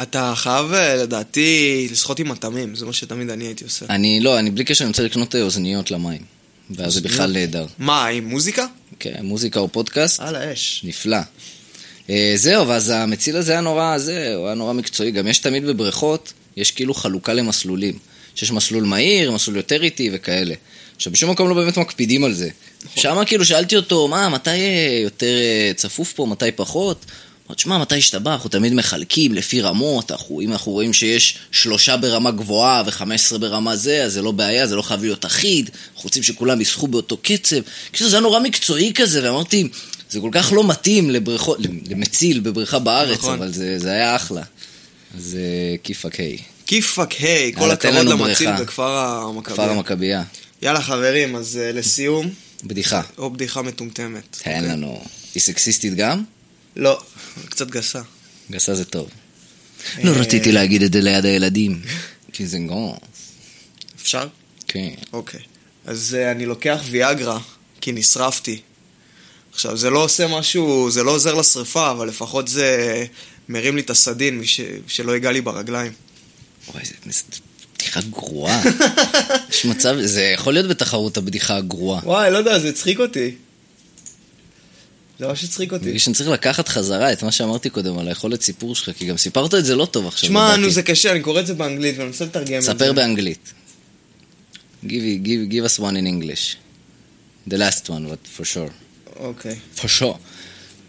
Speaker 2: אתה חייב, אה, לדעתי, לשחות עם התמים, זה מה שתמיד אני הייתי עושה.
Speaker 1: אני, לא, אני בלי קשר, אני רוצה לקנות אה, אוזניות למים. ואז זה בכלל נהדר.
Speaker 2: מה, עם מוזיקה?
Speaker 1: כן, מוזיקה או פודקאסט,
Speaker 2: על האש.
Speaker 1: נפלא. אה, זהו, ואז המציל הזה היה נורא, זה, הוא היה נורא מקצועי. גם יש תמיד בבריכות, יש כאילו חלוקה למסלולים. שיש מסלול מהיר, מסלול יותר איטי וכאלה. עכשיו, בשום מקום לא באמת מקפידים על זה. שם כאילו שאלתי אותו, מה, מתי אה, יותר אה, צפוף פה, מתי פחות? אמרתי, שמע, מתי שאתה אנחנו תמיד מחלקים לפי רמות, אנחנו, אם אנחנו רואים שיש שלושה ברמה גבוהה ו-15 ברמה זה, אז זה לא בעיה, זה לא חייב להיות אחיד, אנחנו רוצים שכולם יסחו באותו קצב. כאילו זה היה נורא מקצועי כזה, ואמרתי, זה כל כך לא מתאים לבריכות, למציל בבריכה בארץ,
Speaker 2: נכון.
Speaker 1: אבל זה, זה היה אחלה. אז אה, כיפאק היי,
Speaker 2: כיפאק היי, כל
Speaker 1: יאללה, תן
Speaker 2: הכבוד
Speaker 1: לנו
Speaker 2: למציל
Speaker 1: בריכה.
Speaker 2: בכפר
Speaker 1: כפר
Speaker 2: המכבי.
Speaker 1: המכבייה,
Speaker 2: יאללה חברים, אז אה, לסיום,
Speaker 1: בדיחה,
Speaker 2: או בדיחה מטומטמת.
Speaker 1: תן לנו. היא סקסיסטית גם?
Speaker 2: לא, קצת גסה.
Speaker 1: גסה זה טוב. לא
Speaker 2: אה,
Speaker 1: רציתי להגיד את זה ליד הילדים. כי זה גרוע.
Speaker 2: אה, אפשר?
Speaker 1: כן.
Speaker 2: אוקיי. אז אה, אני לוקח ויאגרה, כי נשרפתי. עכשיו, זה לא עושה משהו, זה לא עוזר לשריפה, אבל לפחות זה אה, מרים לי את הסדין, מש- שלא ייגע לי ברגליים.
Speaker 1: וואי, זה זה בדיחה גרועה. יש מצב, זה יכול להיות בתחרות הבדיחה הגרועה.
Speaker 2: וואי, לא יודע, זה הצחיק אותי. זה ממש הצחיק
Speaker 1: אני
Speaker 2: אותי.
Speaker 1: מרגיש שאני צריך לקחת חזרה את מה שאמרתי קודם על היכולת סיפור שלך, כי גם סיפרת את זה לא טוב עכשיו.
Speaker 2: שמע,
Speaker 1: לדעתי.
Speaker 2: נו, זה קשה, אני קורא את זה באנגלית ואני מנסה לתרגם את זה.
Speaker 1: ספר באנגלית. Give, give, give us one in English. The last one, but for sure.
Speaker 2: אוקיי.
Speaker 1: For sure.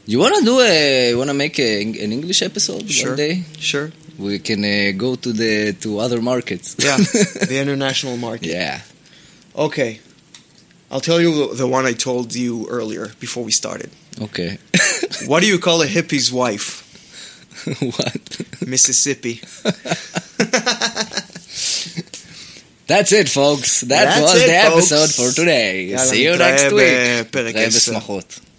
Speaker 1: You wanna do a, you wanna make a, an English episode one day?
Speaker 2: sure.
Speaker 1: We can uh, go to the to other markets.
Speaker 2: Yeah, the international market.
Speaker 1: yeah.
Speaker 2: Okay. I'll tell you the one I told you earlier before we started.
Speaker 1: Okay.
Speaker 2: What do you call a hippie's wife?
Speaker 1: what?
Speaker 2: Mississippi.
Speaker 1: That's it, folks. That
Speaker 2: That's
Speaker 1: was
Speaker 2: it,
Speaker 1: the
Speaker 2: folks.
Speaker 1: episode for today.
Speaker 2: יאללה,
Speaker 1: See you
Speaker 2: נתראה
Speaker 1: next week.
Speaker 2: בפרק
Speaker 1: נתראה
Speaker 2: עשר.
Speaker 1: בשמחות.